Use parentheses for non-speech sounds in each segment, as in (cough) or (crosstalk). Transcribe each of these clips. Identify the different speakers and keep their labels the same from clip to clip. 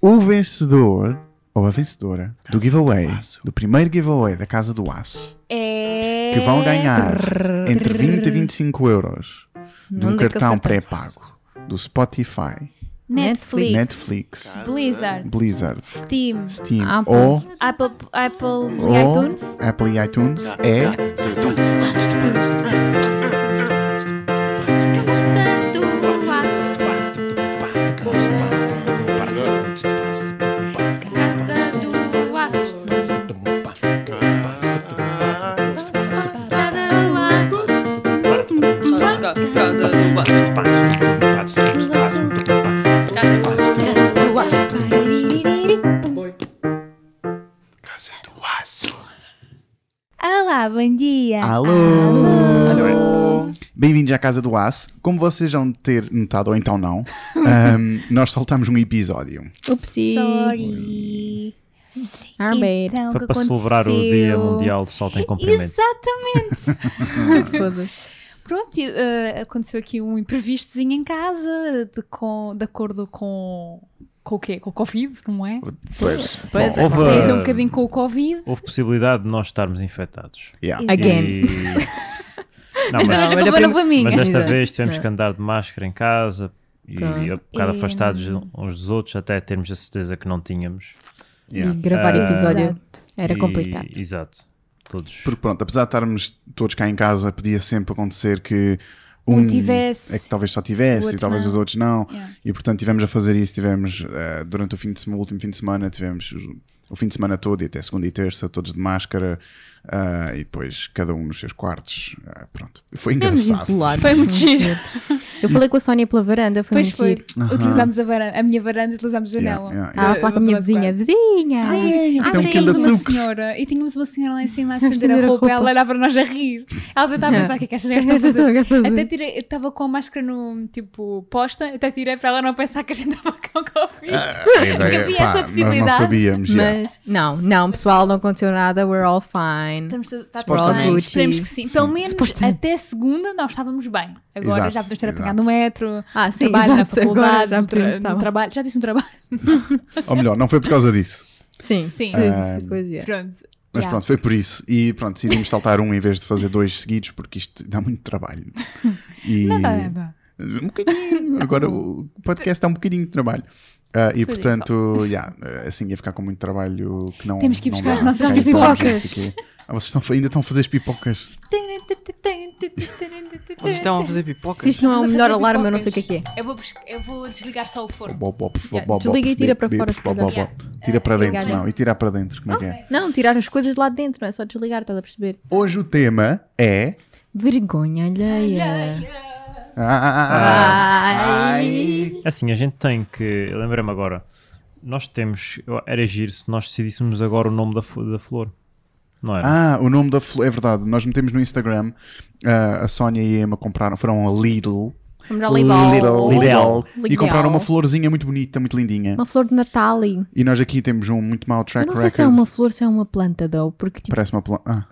Speaker 1: o vencedor ou a vencedora do giveaway, do primeiro giveaway da Casa do Aço,
Speaker 2: É...
Speaker 1: que vão ganhar entre 20 e 25 euros de um
Speaker 3: Onde é que
Speaker 1: cartão
Speaker 3: eles cartão?
Speaker 1: pré-pago do Spotify,
Speaker 2: Netflix,
Speaker 1: Netflix,
Speaker 2: Blizzard,
Speaker 1: Blizzard,
Speaker 2: Steam,
Speaker 1: Steam
Speaker 3: Ah, pá.
Speaker 1: ou,
Speaker 2: Apple, Apple
Speaker 1: ou
Speaker 2: iTunes.
Speaker 1: Apple e iTunes é
Speaker 2: Olá, bom dia.
Speaker 1: Ah, Alô! Bem-vindos à Casa do Aço. Como vocês vão ter notado, ou então não, ahm, nós saltamos um episódio.
Speaker 3: Upsi.
Speaker 2: Sorry.
Speaker 3: Arbeid.
Speaker 2: Então, o
Speaker 4: Foi
Speaker 2: que
Speaker 4: para celebrar o
Speaker 2: aconteceu?
Speaker 4: Dia Mundial do Salto em Comprimento.
Speaker 2: Exatamente.
Speaker 3: Foda-se.
Speaker 2: Pronto, e, eh, aconteceu aqui um imprevistozinho em casa, de, com, de acordo com, com o quê? Com o Covid, não é?
Speaker 1: Pois,
Speaker 3: Pois
Speaker 1: bom,
Speaker 3: é.
Speaker 4: Houve,
Speaker 2: Teve um
Speaker 4: eh,
Speaker 2: bocadinho com o Covid.
Speaker 4: houve possibilidade de nós estarmos infectados.
Speaker 1: yeah.
Speaker 2: Exato.
Speaker 3: Again.
Speaker 4: E- Não,
Speaker 2: Mas,
Speaker 4: mas,
Speaker 2: a
Speaker 3: olha,
Speaker 2: culpa não
Speaker 3: prim-
Speaker 2: foi minha.
Speaker 4: mas desta
Speaker 3: Exato.
Speaker 4: vez tivemos
Speaker 3: É.
Speaker 4: que andar de máscara em casa e, e um
Speaker 3: Pronto.
Speaker 4: bocado
Speaker 2: E-
Speaker 4: afastados um, uns dos outros até termos a certeza que não tínhamos.
Speaker 1: Yeah.
Speaker 3: E gravar
Speaker 4: Ah,
Speaker 3: episódio era
Speaker 4: E-
Speaker 3: complicado.
Speaker 4: Exato. Todos.
Speaker 1: Porque pronto, apesar de estarmos todos cá em casa, podia sempre acontecer que um,
Speaker 2: Um tivesse,
Speaker 1: é que talvez só
Speaker 2: o
Speaker 1: tivesse
Speaker 2: outro
Speaker 1: e talvez
Speaker 2: não.
Speaker 1: os outros não.
Speaker 2: Yeah.
Speaker 1: E portanto tivemos a fazer isso, tivemos eh, durante o, fim de, sema- o último fim de semana, tivemos o- o fim de semana todo e até segunda e terça, todos de máscara ah, e depois cada um nos seus quartos. Ah, pronto, foi
Speaker 3: Ficamos
Speaker 1: engraçado.
Speaker 3: isolados.
Speaker 2: Foi muito
Speaker 3: uns
Speaker 2: giro.
Speaker 3: dos outros. Eu falei com a Sónia pela varanda, foi
Speaker 2: Pois
Speaker 3: muito
Speaker 2: foi.
Speaker 3: giro.
Speaker 2: Utilizámos a, varanda, a minha varanda, utilizámos a
Speaker 1: Yeah,
Speaker 2: janela.
Speaker 1: yeah, yeah.
Speaker 3: Estava Ah, a falar com a minha vizinha. Vizinha! então,
Speaker 2: Ah,
Speaker 1: Tem um
Speaker 2: mas
Speaker 1: bocadinho
Speaker 2: tínhamos
Speaker 1: de
Speaker 2: uma
Speaker 1: açúcar.
Speaker 2: senhora e tínhamos uma senhora lá em cima a estender a roupa, e ela olhava para nós a rir. Ela tentava
Speaker 3: Não.
Speaker 2: pensar o que é que esta
Speaker 3: Esta
Speaker 2: mulher está a fazer.
Speaker 3: pessoa que eu
Speaker 2: Até
Speaker 3: fazer.
Speaker 2: tirei, eu estava com a máscara no tipo posta, até tirei para ela não pensar que a gente estava com Covid.
Speaker 1: (laughs) A ideia,
Speaker 2: havia
Speaker 1: pá,
Speaker 2: essa
Speaker 1: Nós não
Speaker 2: possibilidade.
Speaker 1: sabíamos. yeah.
Speaker 3: Mas, não, não, pessoal, não aconteceu nada. We're all fine.
Speaker 2: Estamos tudo- está tudo
Speaker 1: Supostamente.
Speaker 2: bem, esperemos que sim. Pelo
Speaker 1: Sim.
Speaker 2: menos
Speaker 3: Supostamente.
Speaker 2: até segunda nós estávamos bem. Agora
Speaker 1: Exato,
Speaker 2: já podemos ter
Speaker 1: exato.
Speaker 2: apanhado no metro,
Speaker 3: Ah, sim,
Speaker 2: trabalho, na
Speaker 3: exato, agora
Speaker 2: faculdade,
Speaker 3: já tá
Speaker 2: no, tra-
Speaker 3: podemos
Speaker 2: no
Speaker 3: estar bem.
Speaker 2: trabalho. Já disse um trabalho?
Speaker 1: Ou melhor, não foi por causa disso.
Speaker 3: Sim,
Speaker 2: Sim.
Speaker 3: sim.
Speaker 1: Ah,
Speaker 3: coisa, yeah.
Speaker 2: Pronto.
Speaker 1: Mas
Speaker 2: Yeah.
Speaker 1: pronto, foi por isso. E pronto, decidimos saltar um em vez de fazer dois seguidos, porque isto dá muito trabalho. E
Speaker 2: (laughs) Não
Speaker 1: (laughs)
Speaker 2: dá nada.
Speaker 1: Um
Speaker 3: (laughs)
Speaker 1: bocadinho. Agora o podcast dá um bocadinho de trabalho. Ah,
Speaker 3: Um
Speaker 1: e portanto, (laughs) yeah, assim ia ficar com muito trabalho que não.
Speaker 2: Temos que ir
Speaker 1: não
Speaker 2: buscar
Speaker 1: dá.
Speaker 2: as nossas
Speaker 1: Ficar em
Speaker 2: pipocas.
Speaker 1: pós, não sei o quê. Ah, vocês estão- ainda estão a fazer as pipocas.
Speaker 5: Vocês estavam a fazer pipocas?
Speaker 3: Se isto não é o
Speaker 2: Estamos a
Speaker 3: melhor
Speaker 2: fazer
Speaker 3: alarme, eu não sei o que é
Speaker 2: pipocas.
Speaker 3: que é.
Speaker 2: Eu vou, buscar- eu vou desligar só o forno.
Speaker 1: Bob, bob, bob,
Speaker 3: Yeah,
Speaker 1: bob,
Speaker 3: desliga
Speaker 1: bob,
Speaker 3: e tira
Speaker 1: bip,
Speaker 3: para
Speaker 1: bip,
Speaker 3: fora, se
Speaker 1: bob,
Speaker 3: calhar. Ah,
Speaker 1: bob, bob. Tira para dentro,
Speaker 3: Obrigada.
Speaker 1: não. E tira para dentro, como é que é?
Speaker 3: Não, tirar as coisas de lá de dentro, não é só desligar, estás a perceber?
Speaker 1: Hoje o tema é.
Speaker 3: Vergonha alheia.
Speaker 1: Ah,
Speaker 3: Ai.
Speaker 4: Assim, a gente tem que. Lembrei-me agora. Nós temos. eu- Era giro se nós decidíssemos agora o nome da, fo- da flor. Não era?
Speaker 1: Ah, o nome da flor, é verdade, nós metemos no Instagram, ah, a Sónia e a Emma compraram, foram a Lidl,
Speaker 3: Vamos ao Lidl.
Speaker 1: Lidl,
Speaker 4: Lidl.
Speaker 1: e compraram uma
Speaker 3: Lidl.
Speaker 1: florzinha muito bonita, muito lindinha.
Speaker 3: Uma flor de Natal. e-
Speaker 1: E nós aqui temos um muito mau
Speaker 3: Eu
Speaker 1: track
Speaker 3: não sei
Speaker 1: record.
Speaker 3: se é uma flor, se é uma planta, though, porque tipo,
Speaker 1: Parece uma planta. Ah,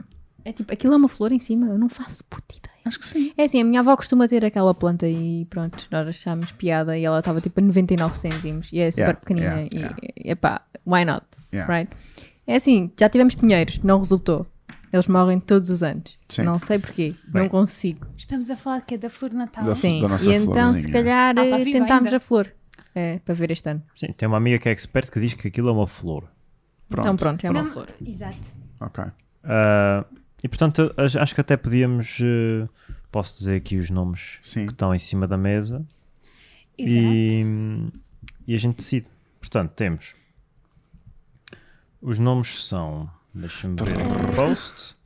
Speaker 3: é tipo, aquilo é uma flor em cima, eu não faço puta ideia. Acho que sim. É assim, a minha avó costuma ter aquela planta e pronto, nós achámos piada e ela estava tipo a 99 cêntimos e é super
Speaker 1: Yeah,
Speaker 3: pequenina
Speaker 1: yeah,
Speaker 3: e,
Speaker 1: yeah.
Speaker 3: e epá, why not,
Speaker 1: Yeah.
Speaker 3: right? É assim, já tivemos pinheiros, não resultou. Eles morrem todos os anos.
Speaker 1: Sim.
Speaker 3: Não sei porquê, não consigo.
Speaker 2: Estamos a falar que é da flor de Natal.
Speaker 1: Da flor.
Speaker 3: Sim,
Speaker 1: nossa
Speaker 3: e então
Speaker 1: florzinha.
Speaker 3: se calhar
Speaker 2: Ah, tá
Speaker 3: eh,
Speaker 2: viva
Speaker 3: tentámos
Speaker 2: ainda.
Speaker 3: a flor é, para ver este ano.
Speaker 4: Sim, tem uma amiga que é expert que diz que aquilo é uma flor.
Speaker 1: pronto.
Speaker 3: Então pronto, é uma
Speaker 2: Não,
Speaker 3: flor.
Speaker 2: Exato.
Speaker 1: Ok.
Speaker 4: Ah, e portanto, a- acho que até podíamos. eh, posso dizer aqui os nomes
Speaker 1: Sim.
Speaker 4: que estão em cima da mesa.
Speaker 2: Exato.
Speaker 4: E, e a gente decide. Portanto, temos. Os nomes são. Deixa-me ver o post.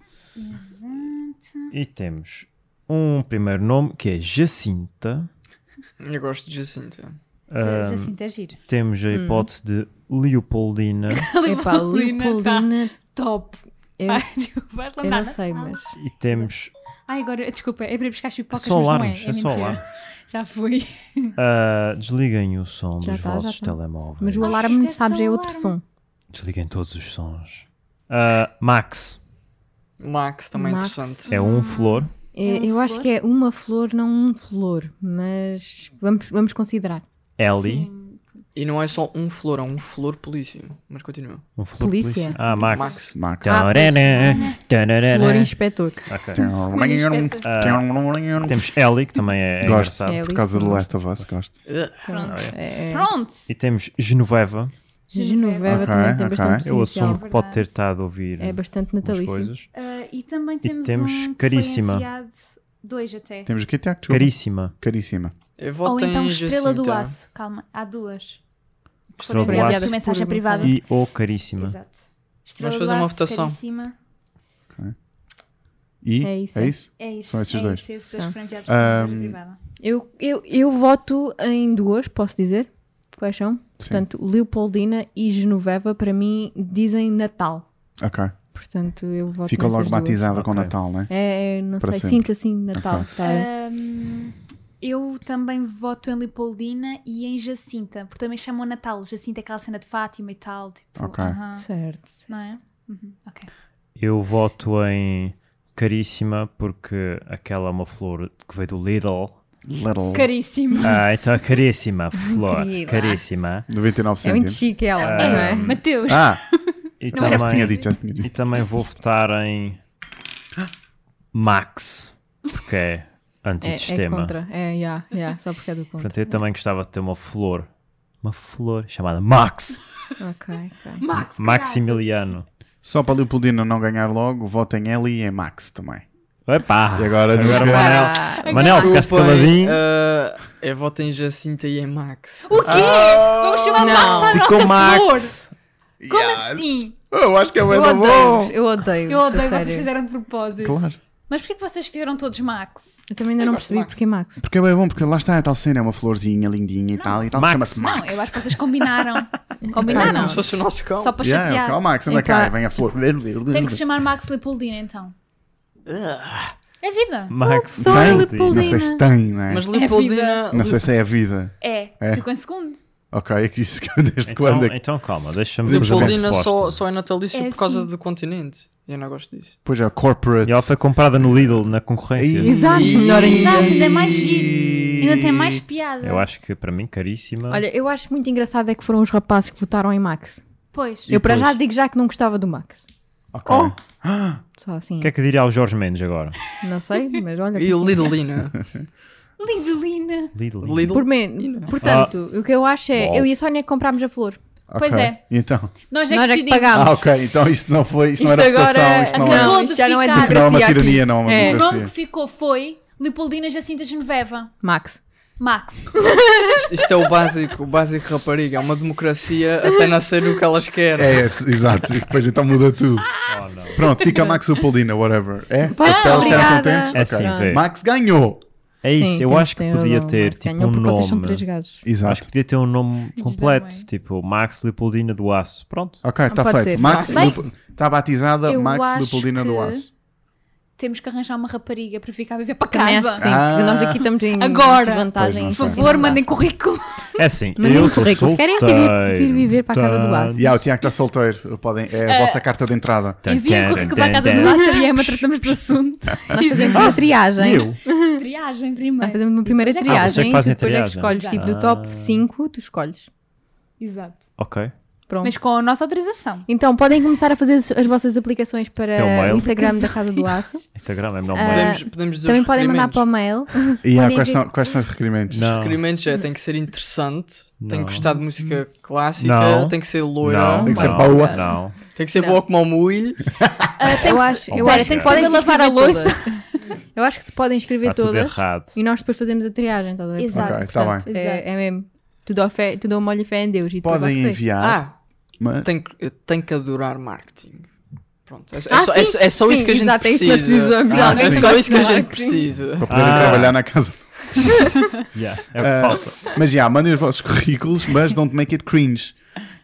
Speaker 4: E temos um primeiro nome que é Jacinta.
Speaker 5: Eu gosto de Jacinto.
Speaker 4: ah,
Speaker 2: Já, já sinto agir.
Speaker 4: Temos
Speaker 3: Hum.
Speaker 4: a hipótese de
Speaker 3: (laughs)
Speaker 4: Leopoldina.
Speaker 2: (laughs)
Speaker 3: Epá,
Speaker 2: tá.
Speaker 3: Leopoldina,
Speaker 2: Top.
Speaker 3: eu,
Speaker 2: Ai, (laughs) desculpa, não
Speaker 3: eu
Speaker 2: dá
Speaker 3: não
Speaker 2: nada.
Speaker 3: sei, mas...
Speaker 4: e temos.
Speaker 2: Ai, agora, desculpa, é para ir buscar as
Speaker 4: É
Speaker 2: pipocas,
Speaker 4: só
Speaker 2: mas não é.
Speaker 4: alarmes, é,
Speaker 2: é
Speaker 4: só
Speaker 2: mentira.
Speaker 4: alarmes.
Speaker 2: (laughs) Já fui.
Speaker 4: Ah, desliguem o som
Speaker 3: Já
Speaker 4: dos
Speaker 3: tá, já
Speaker 4: vossos
Speaker 3: tá.
Speaker 4: telemóveis.
Speaker 3: Mas o
Speaker 2: isto é
Speaker 3: alarme,
Speaker 2: só
Speaker 3: sabes,
Speaker 2: um
Speaker 3: é outro
Speaker 2: alarme.
Speaker 3: som.
Speaker 4: Desliguem todos os sons. Ah, Max
Speaker 5: Max também é
Speaker 3: Max.
Speaker 5: interessante.
Speaker 4: é um flor.
Speaker 3: É,
Speaker 2: É um
Speaker 3: eu acho
Speaker 2: flor?
Speaker 3: que é uma flor, não um flor, mas vamos, vamos considerar.
Speaker 4: Ellie.
Speaker 5: E E não é só um flor, é um flor polícia. Mas continua.
Speaker 4: Um flor
Speaker 3: Polícia.
Speaker 4: Ah, Max.
Speaker 5: Max.
Speaker 1: Max.
Speaker 3: Ah, pois.
Speaker 4: Tarará,
Speaker 1: É,
Speaker 4: tarará.
Speaker 3: Flor
Speaker 1: né?
Speaker 3: inspetor.
Speaker 4: Ok.
Speaker 1: Ah,
Speaker 4: Temos Ellie, que também é, é
Speaker 1: Gosto,
Speaker 4: engraçado.
Speaker 3: É.
Speaker 1: por causa de Last of Us, gosto.
Speaker 5: Ah,
Speaker 3: Pronto. É,
Speaker 2: Pronto.
Speaker 4: E temos Genoveva.
Speaker 3: Genoveva
Speaker 1: Ok,
Speaker 3: também tem
Speaker 1: ok.
Speaker 3: bastante
Speaker 4: Eu
Speaker 3: potencial.
Speaker 4: assumo que pode ter estado a ouvir
Speaker 3: É bastante
Speaker 4: umas
Speaker 3: natalício.
Speaker 4: coisas.
Speaker 2: Ah, e também temos,
Speaker 4: E temos
Speaker 2: um que foi
Speaker 4: Caríssima.
Speaker 2: enviado, dois até.
Speaker 1: Temos aqui até actual.
Speaker 4: Caríssima.
Speaker 1: Caríssima.
Speaker 5: Eu voto
Speaker 2: Ou então
Speaker 5: em
Speaker 2: Estrela do
Speaker 5: Jacinta.
Speaker 2: Aço. Calma, há duas. Que
Speaker 4: Estrela
Speaker 2: foram
Speaker 4: do
Speaker 2: enviadas
Speaker 3: Aço.
Speaker 2: por mensagem
Speaker 3: Por
Speaker 2: privada.
Speaker 4: E ou Caríssima.
Speaker 2: Exato. Estrela
Speaker 5: fazer
Speaker 2: do
Speaker 5: uma
Speaker 2: Aço,
Speaker 5: votação.
Speaker 2: Caríssima.
Speaker 1: E
Speaker 3: É isso.
Speaker 1: É isso?
Speaker 2: É isso.
Speaker 1: São esses
Speaker 2: é
Speaker 1: dois.
Speaker 2: Isso, esses dois
Speaker 3: São.
Speaker 2: foram enviados por mensagem
Speaker 1: Ahm,
Speaker 2: privada.
Speaker 3: Eu, eu, eu voto em duas, posso dizer? Quais são? Portanto, Leopoldina e Genoveva, para mim, dizem Natal.
Speaker 1: Ok.
Speaker 3: Portanto, eu voto
Speaker 1: Ficou
Speaker 3: nessas
Speaker 1: logo
Speaker 3: duas.
Speaker 1: batizada com
Speaker 4: Ok.
Speaker 1: Natal, né?
Speaker 3: É, é, não
Speaker 1: Para
Speaker 3: sei,
Speaker 1: sempre.
Speaker 3: sinto assim Natal.
Speaker 1: Ok.
Speaker 3: tá?
Speaker 2: É. Ahm, eu também voto em Leopoldina e em Jacinta, porque também chamam Natal. Jacinta é aquela cena de Fátima e tal. Tipo,
Speaker 1: Ok.
Speaker 2: aham,
Speaker 3: Certo. certo.
Speaker 2: Não é? Uhum, ok.
Speaker 4: Eu voto em Caríssima porque aquela é uma flor que veio do Lidl.
Speaker 1: Little.
Speaker 2: Caríssimo.
Speaker 4: Ah, então é caríssima flor.
Speaker 3: Querida.
Speaker 4: Caríssima.
Speaker 1: 99
Speaker 3: É muito é
Speaker 1: cêntimos.
Speaker 3: chique
Speaker 2: Ah,
Speaker 3: ela, não é?
Speaker 2: Mateus.
Speaker 1: Ah,
Speaker 4: E
Speaker 2: Não era
Speaker 1: já se tinha
Speaker 4: também,
Speaker 1: dito, já se tinha dito.
Speaker 4: e também vou votar em Max porque é
Speaker 3: É, é
Speaker 4: antissistema.
Speaker 3: contra. É, yeah, yeah, só porque é do contra.
Speaker 4: Portanto, eu também gostava de ter uma flor. Uma flor chamada Max.
Speaker 3: Ok, ok.
Speaker 2: Max.
Speaker 4: Maximiliano.
Speaker 1: Só para Leopoldina não ganhar logo, votem em Ellie e em Max também.
Speaker 4: Epá!
Speaker 1: E agora-
Speaker 4: agora
Speaker 1: agora-
Speaker 4: Manel.
Speaker 3: Ah,
Speaker 4: Manel,
Speaker 5: Desculpem,
Speaker 4: ficaste caladinho.
Speaker 5: ah, eu voto em Jacinta e em Max.
Speaker 2: O quê?
Speaker 1: Ah,
Speaker 2: Vamos chamar
Speaker 3: Não.
Speaker 2: Max à
Speaker 4: Ficou
Speaker 2: nossa
Speaker 4: Max.
Speaker 2: flor. Como assim?
Speaker 1: Eu acho que é
Speaker 3: eu
Speaker 1: muito
Speaker 3: odeio,
Speaker 1: bom.
Speaker 3: eu odeio.
Speaker 2: Eu odeio,
Speaker 3: sério.
Speaker 2: vocês é fizeram de propósito.
Speaker 1: Claro.
Speaker 2: Mas porquê que vocês escolheram todos Max?
Speaker 3: Eu também ainda não
Speaker 5: gosto de
Speaker 3: percebi
Speaker 5: Max.
Speaker 3: porque é Max.
Speaker 1: Porque é bem bom, porque lá está a tal cena, é uma florzinha lindinha e tal, e tal.
Speaker 4: Max.
Speaker 1: Chama-se Max.
Speaker 2: Não,
Speaker 3: é
Speaker 2: eu acho que vocês combinaram.
Speaker 3: (laughs) Ah,
Speaker 2: combinaram.
Speaker 5: Como se fosse o nosso cão.
Speaker 2: Só para
Speaker 1: Yeah,
Speaker 2: chatear.
Speaker 1: calma, Max, anda cá,
Speaker 3: Epá.
Speaker 1: vem a flor.
Speaker 2: Tem que se chamar Max Leopoldina então. É vida.
Speaker 4: Max.
Speaker 3: Flor
Speaker 1: Tem?
Speaker 3: Leopoldina.
Speaker 1: Não sei se tem, né?
Speaker 3: É
Speaker 5: Mas
Speaker 2: vida.
Speaker 5: Leopoldina.
Speaker 1: Não sei se é a vida.
Speaker 2: É.
Speaker 1: É.
Speaker 2: Ficou em segundo.
Speaker 1: Ok, é que isso desde
Speaker 4: Então,
Speaker 1: quando? é que-
Speaker 4: então calma, deixa-me fazer uma
Speaker 5: Leopoldina
Speaker 4: resposta.
Speaker 5: só, só é natalício
Speaker 2: É
Speaker 5: por causa
Speaker 2: assim.
Speaker 5: do continente. E eu não gosto disso.
Speaker 1: Pois é, corporate.
Speaker 4: E ela foi comprada no Lidl na concorrência.
Speaker 1: Ih.
Speaker 3: Exato, melhor ainda.
Speaker 2: Exato, ainda é mais giro. Ainda tem mais piada.
Speaker 4: Eu acho que para mim caríssima.
Speaker 3: Olha, eu acho muito engraçado é que foram os rapazes que votaram em Max.
Speaker 2: Pois.
Speaker 1: E
Speaker 3: eu para já
Speaker 1: depois?
Speaker 3: digo já que não gostava do Max.
Speaker 1: Ok.
Speaker 2: Oh,
Speaker 3: Só assim,
Speaker 4: O que é que diria ao Jorge Mendes agora?
Speaker 3: não sei, mas olha.
Speaker 5: E
Speaker 3: assim,
Speaker 5: Lidlina.
Speaker 2: Lidolina.
Speaker 4: Lidl.
Speaker 5: Lidl.
Speaker 3: por men- portanto, o que eu acho é,
Speaker 4: Bom.
Speaker 3: eu e a Sónia comprámos a flor.
Speaker 2: Pois
Speaker 1: ok.
Speaker 2: é. Ah. é.
Speaker 1: E Então.
Speaker 2: Nós é
Speaker 3: Nós
Speaker 2: que
Speaker 3: é que
Speaker 2: decidimos.
Speaker 3: pagámos.
Speaker 1: Ah, ok. Então isto não foi. Isto, não era votação. Isto não,
Speaker 2: acabou.
Speaker 1: é,
Speaker 2: Não,
Speaker 3: isto já não é
Speaker 2: de ficar.
Speaker 1: isto não é uma
Speaker 3: democracia aqui.
Speaker 1: tirania, não é uma
Speaker 3: É.
Speaker 2: o nome que
Speaker 1: democracia.
Speaker 2: ficou foi Leopoldina Jacinta Genoveva.
Speaker 3: Max.
Speaker 2: Max.
Speaker 5: Isto- Isto é o básico, o básico rapariga. É uma democracia até nascer o que elas querem.
Speaker 1: É esse, exato. E depois então muda tudo.
Speaker 4: Oh, não.
Speaker 1: Pronto, fica Max Leopoldina, whatever. É?
Speaker 2: Ah,
Speaker 3: Pá,
Speaker 1: Elas ficaram
Speaker 3: obrigada.
Speaker 1: contentes?
Speaker 4: É assim,
Speaker 1: Ok.
Speaker 4: vê.
Speaker 1: Max ganhou.
Speaker 4: É
Speaker 3: Sim,
Speaker 4: isso, eu
Speaker 3: temos
Speaker 4: acho que
Speaker 3: ter
Speaker 4: podia
Speaker 3: razão,
Speaker 4: ter
Speaker 3: Max
Speaker 4: tipo
Speaker 3: ganhou,
Speaker 4: um
Speaker 3: porque Vocês são três
Speaker 4: nome.
Speaker 3: gajos. é um
Speaker 4: Acho
Speaker 1: Exato.
Speaker 4: que podia ter um nome
Speaker 2: da mãe.
Speaker 4: completo, tipo Max Leopoldina do Aço. Pronto.
Speaker 1: Ok, está
Speaker 3: Pode
Speaker 1: feito.
Speaker 3: ser.
Speaker 1: Max
Speaker 5: Bem,
Speaker 1: Leopo- Está batizada
Speaker 2: eu
Speaker 1: Max
Speaker 2: acho
Speaker 1: Leopoldina do
Speaker 2: que-
Speaker 1: Aço.
Speaker 2: Temos que arranjar uma rapariga para ficar a viver para
Speaker 3: Também acho que
Speaker 2: casa.
Speaker 3: sim, porque
Speaker 1: Ah.
Speaker 3: nós aqui estamos em
Speaker 2: Agora.
Speaker 3: desvantagem.
Speaker 1: Pois,
Speaker 2: Por
Speaker 1: não
Speaker 3: Sim,
Speaker 1: sei.
Speaker 2: favor,
Speaker 3: não dá.
Speaker 2: mandem currículo.
Speaker 4: É assim,
Speaker 3: Mandem
Speaker 4: eu
Speaker 3: um
Speaker 4: estou
Speaker 3: currículo, se querem vir- vir
Speaker 4: solteiro,
Speaker 3: viver para a casa do
Speaker 4: portanto,
Speaker 3: Aço.
Speaker 1: E ah, o Tiago está solteiro. Podem,
Speaker 2: Eh,
Speaker 1: é a vossa carta de entrada.
Speaker 2: Enviem o currículo para a casa
Speaker 4: tan,
Speaker 2: do
Speaker 4: tan.
Speaker 2: Lázaro e a Emma tratamos do assunto.
Speaker 3: Nós fazemos uma triagem.
Speaker 1: Eu?
Speaker 2: Triagem
Speaker 3: Nós
Speaker 2: primeiro.
Speaker 3: fazemos uma primeira
Speaker 2: Ah,
Speaker 4: vocês
Speaker 3: triagem
Speaker 4: que
Speaker 3: e tu
Speaker 4: fazem
Speaker 3: depois é que
Speaker 4: triagem.
Speaker 3: escolhes. Tipo, do top 5, tu escolhes.
Speaker 2: Exato.
Speaker 4: Ok.
Speaker 3: Pronto.
Speaker 2: Mas com a nossa autorização.
Speaker 3: Então, podem começar a fazer as as vossas aplicações
Speaker 4: Tem o
Speaker 3: para
Speaker 4: mail.
Speaker 3: o Instagram da Casa do Aço.
Speaker 4: Instagram é melhor
Speaker 3: Ah,
Speaker 4: maneira.
Speaker 5: Podemos, podemos dizer
Speaker 3: Também
Speaker 5: os
Speaker 3: podem mandar
Speaker 5: requerimentos.
Speaker 3: para o mail.
Speaker 1: E ah,
Speaker 2: Podem
Speaker 1: quais,
Speaker 2: ver-
Speaker 1: são, quais são os requerimentos?
Speaker 5: Os
Speaker 4: Não.
Speaker 5: requerimentos é tem que ser interessante, tem
Speaker 4: Não.
Speaker 5: que gostar de música
Speaker 3: Hum.
Speaker 5: clássica,
Speaker 4: Não.
Speaker 5: tem que ser loira,
Speaker 4: Não,
Speaker 1: Tem que ser
Speaker 4: não,
Speaker 1: boa.
Speaker 4: Não.
Speaker 5: tem que ser
Speaker 3: Não.
Speaker 5: boa como o molho.
Speaker 2: Ah,
Speaker 3: Eu acho, eu
Speaker 4: Espera,
Speaker 3: acho
Speaker 4: tem
Speaker 3: que
Speaker 4: que
Speaker 3: podem
Speaker 2: saber lavar a
Speaker 3: escrever todas. Eu acho que se podem escrever
Speaker 4: Está tá tudo
Speaker 3: todas
Speaker 4: errado.
Speaker 3: e nós depois fazemos a triagem, estás a ver?
Speaker 2: Exato.
Speaker 1: Ok, tá
Speaker 3: Portanto,
Speaker 2: bem.
Speaker 3: É, é mesmo. Tu dá, fé, tu dá uma olha e fé em Deus e depois
Speaker 1: Podem
Speaker 3: vai é que sei.
Speaker 1: enviar.
Speaker 5: Ah,
Speaker 1: mas-
Speaker 5: tem que, tem que adorar marketing. Pronto, é, é
Speaker 3: Ah,
Speaker 5: só, é
Speaker 3: sim,
Speaker 5: só- é só isso
Speaker 3: sim,
Speaker 5: que a gente
Speaker 3: exato, é isso que
Speaker 5: precisa.
Speaker 3: nós precisamos.
Speaker 1: Ah,
Speaker 3: Alguém
Speaker 5: é
Speaker 1: sim.
Speaker 5: só
Speaker 3: gosta
Speaker 5: isso que a
Speaker 3: de
Speaker 5: gente
Speaker 3: marketing.
Speaker 5: precisa.
Speaker 1: para poderem
Speaker 4: Ah.
Speaker 1: trabalhar na casa.
Speaker 4: Yeah, é o
Speaker 1: Ah,
Speaker 4: que falta.
Speaker 1: Mas já, mandem os vossos currículos, mas don't make it cringe.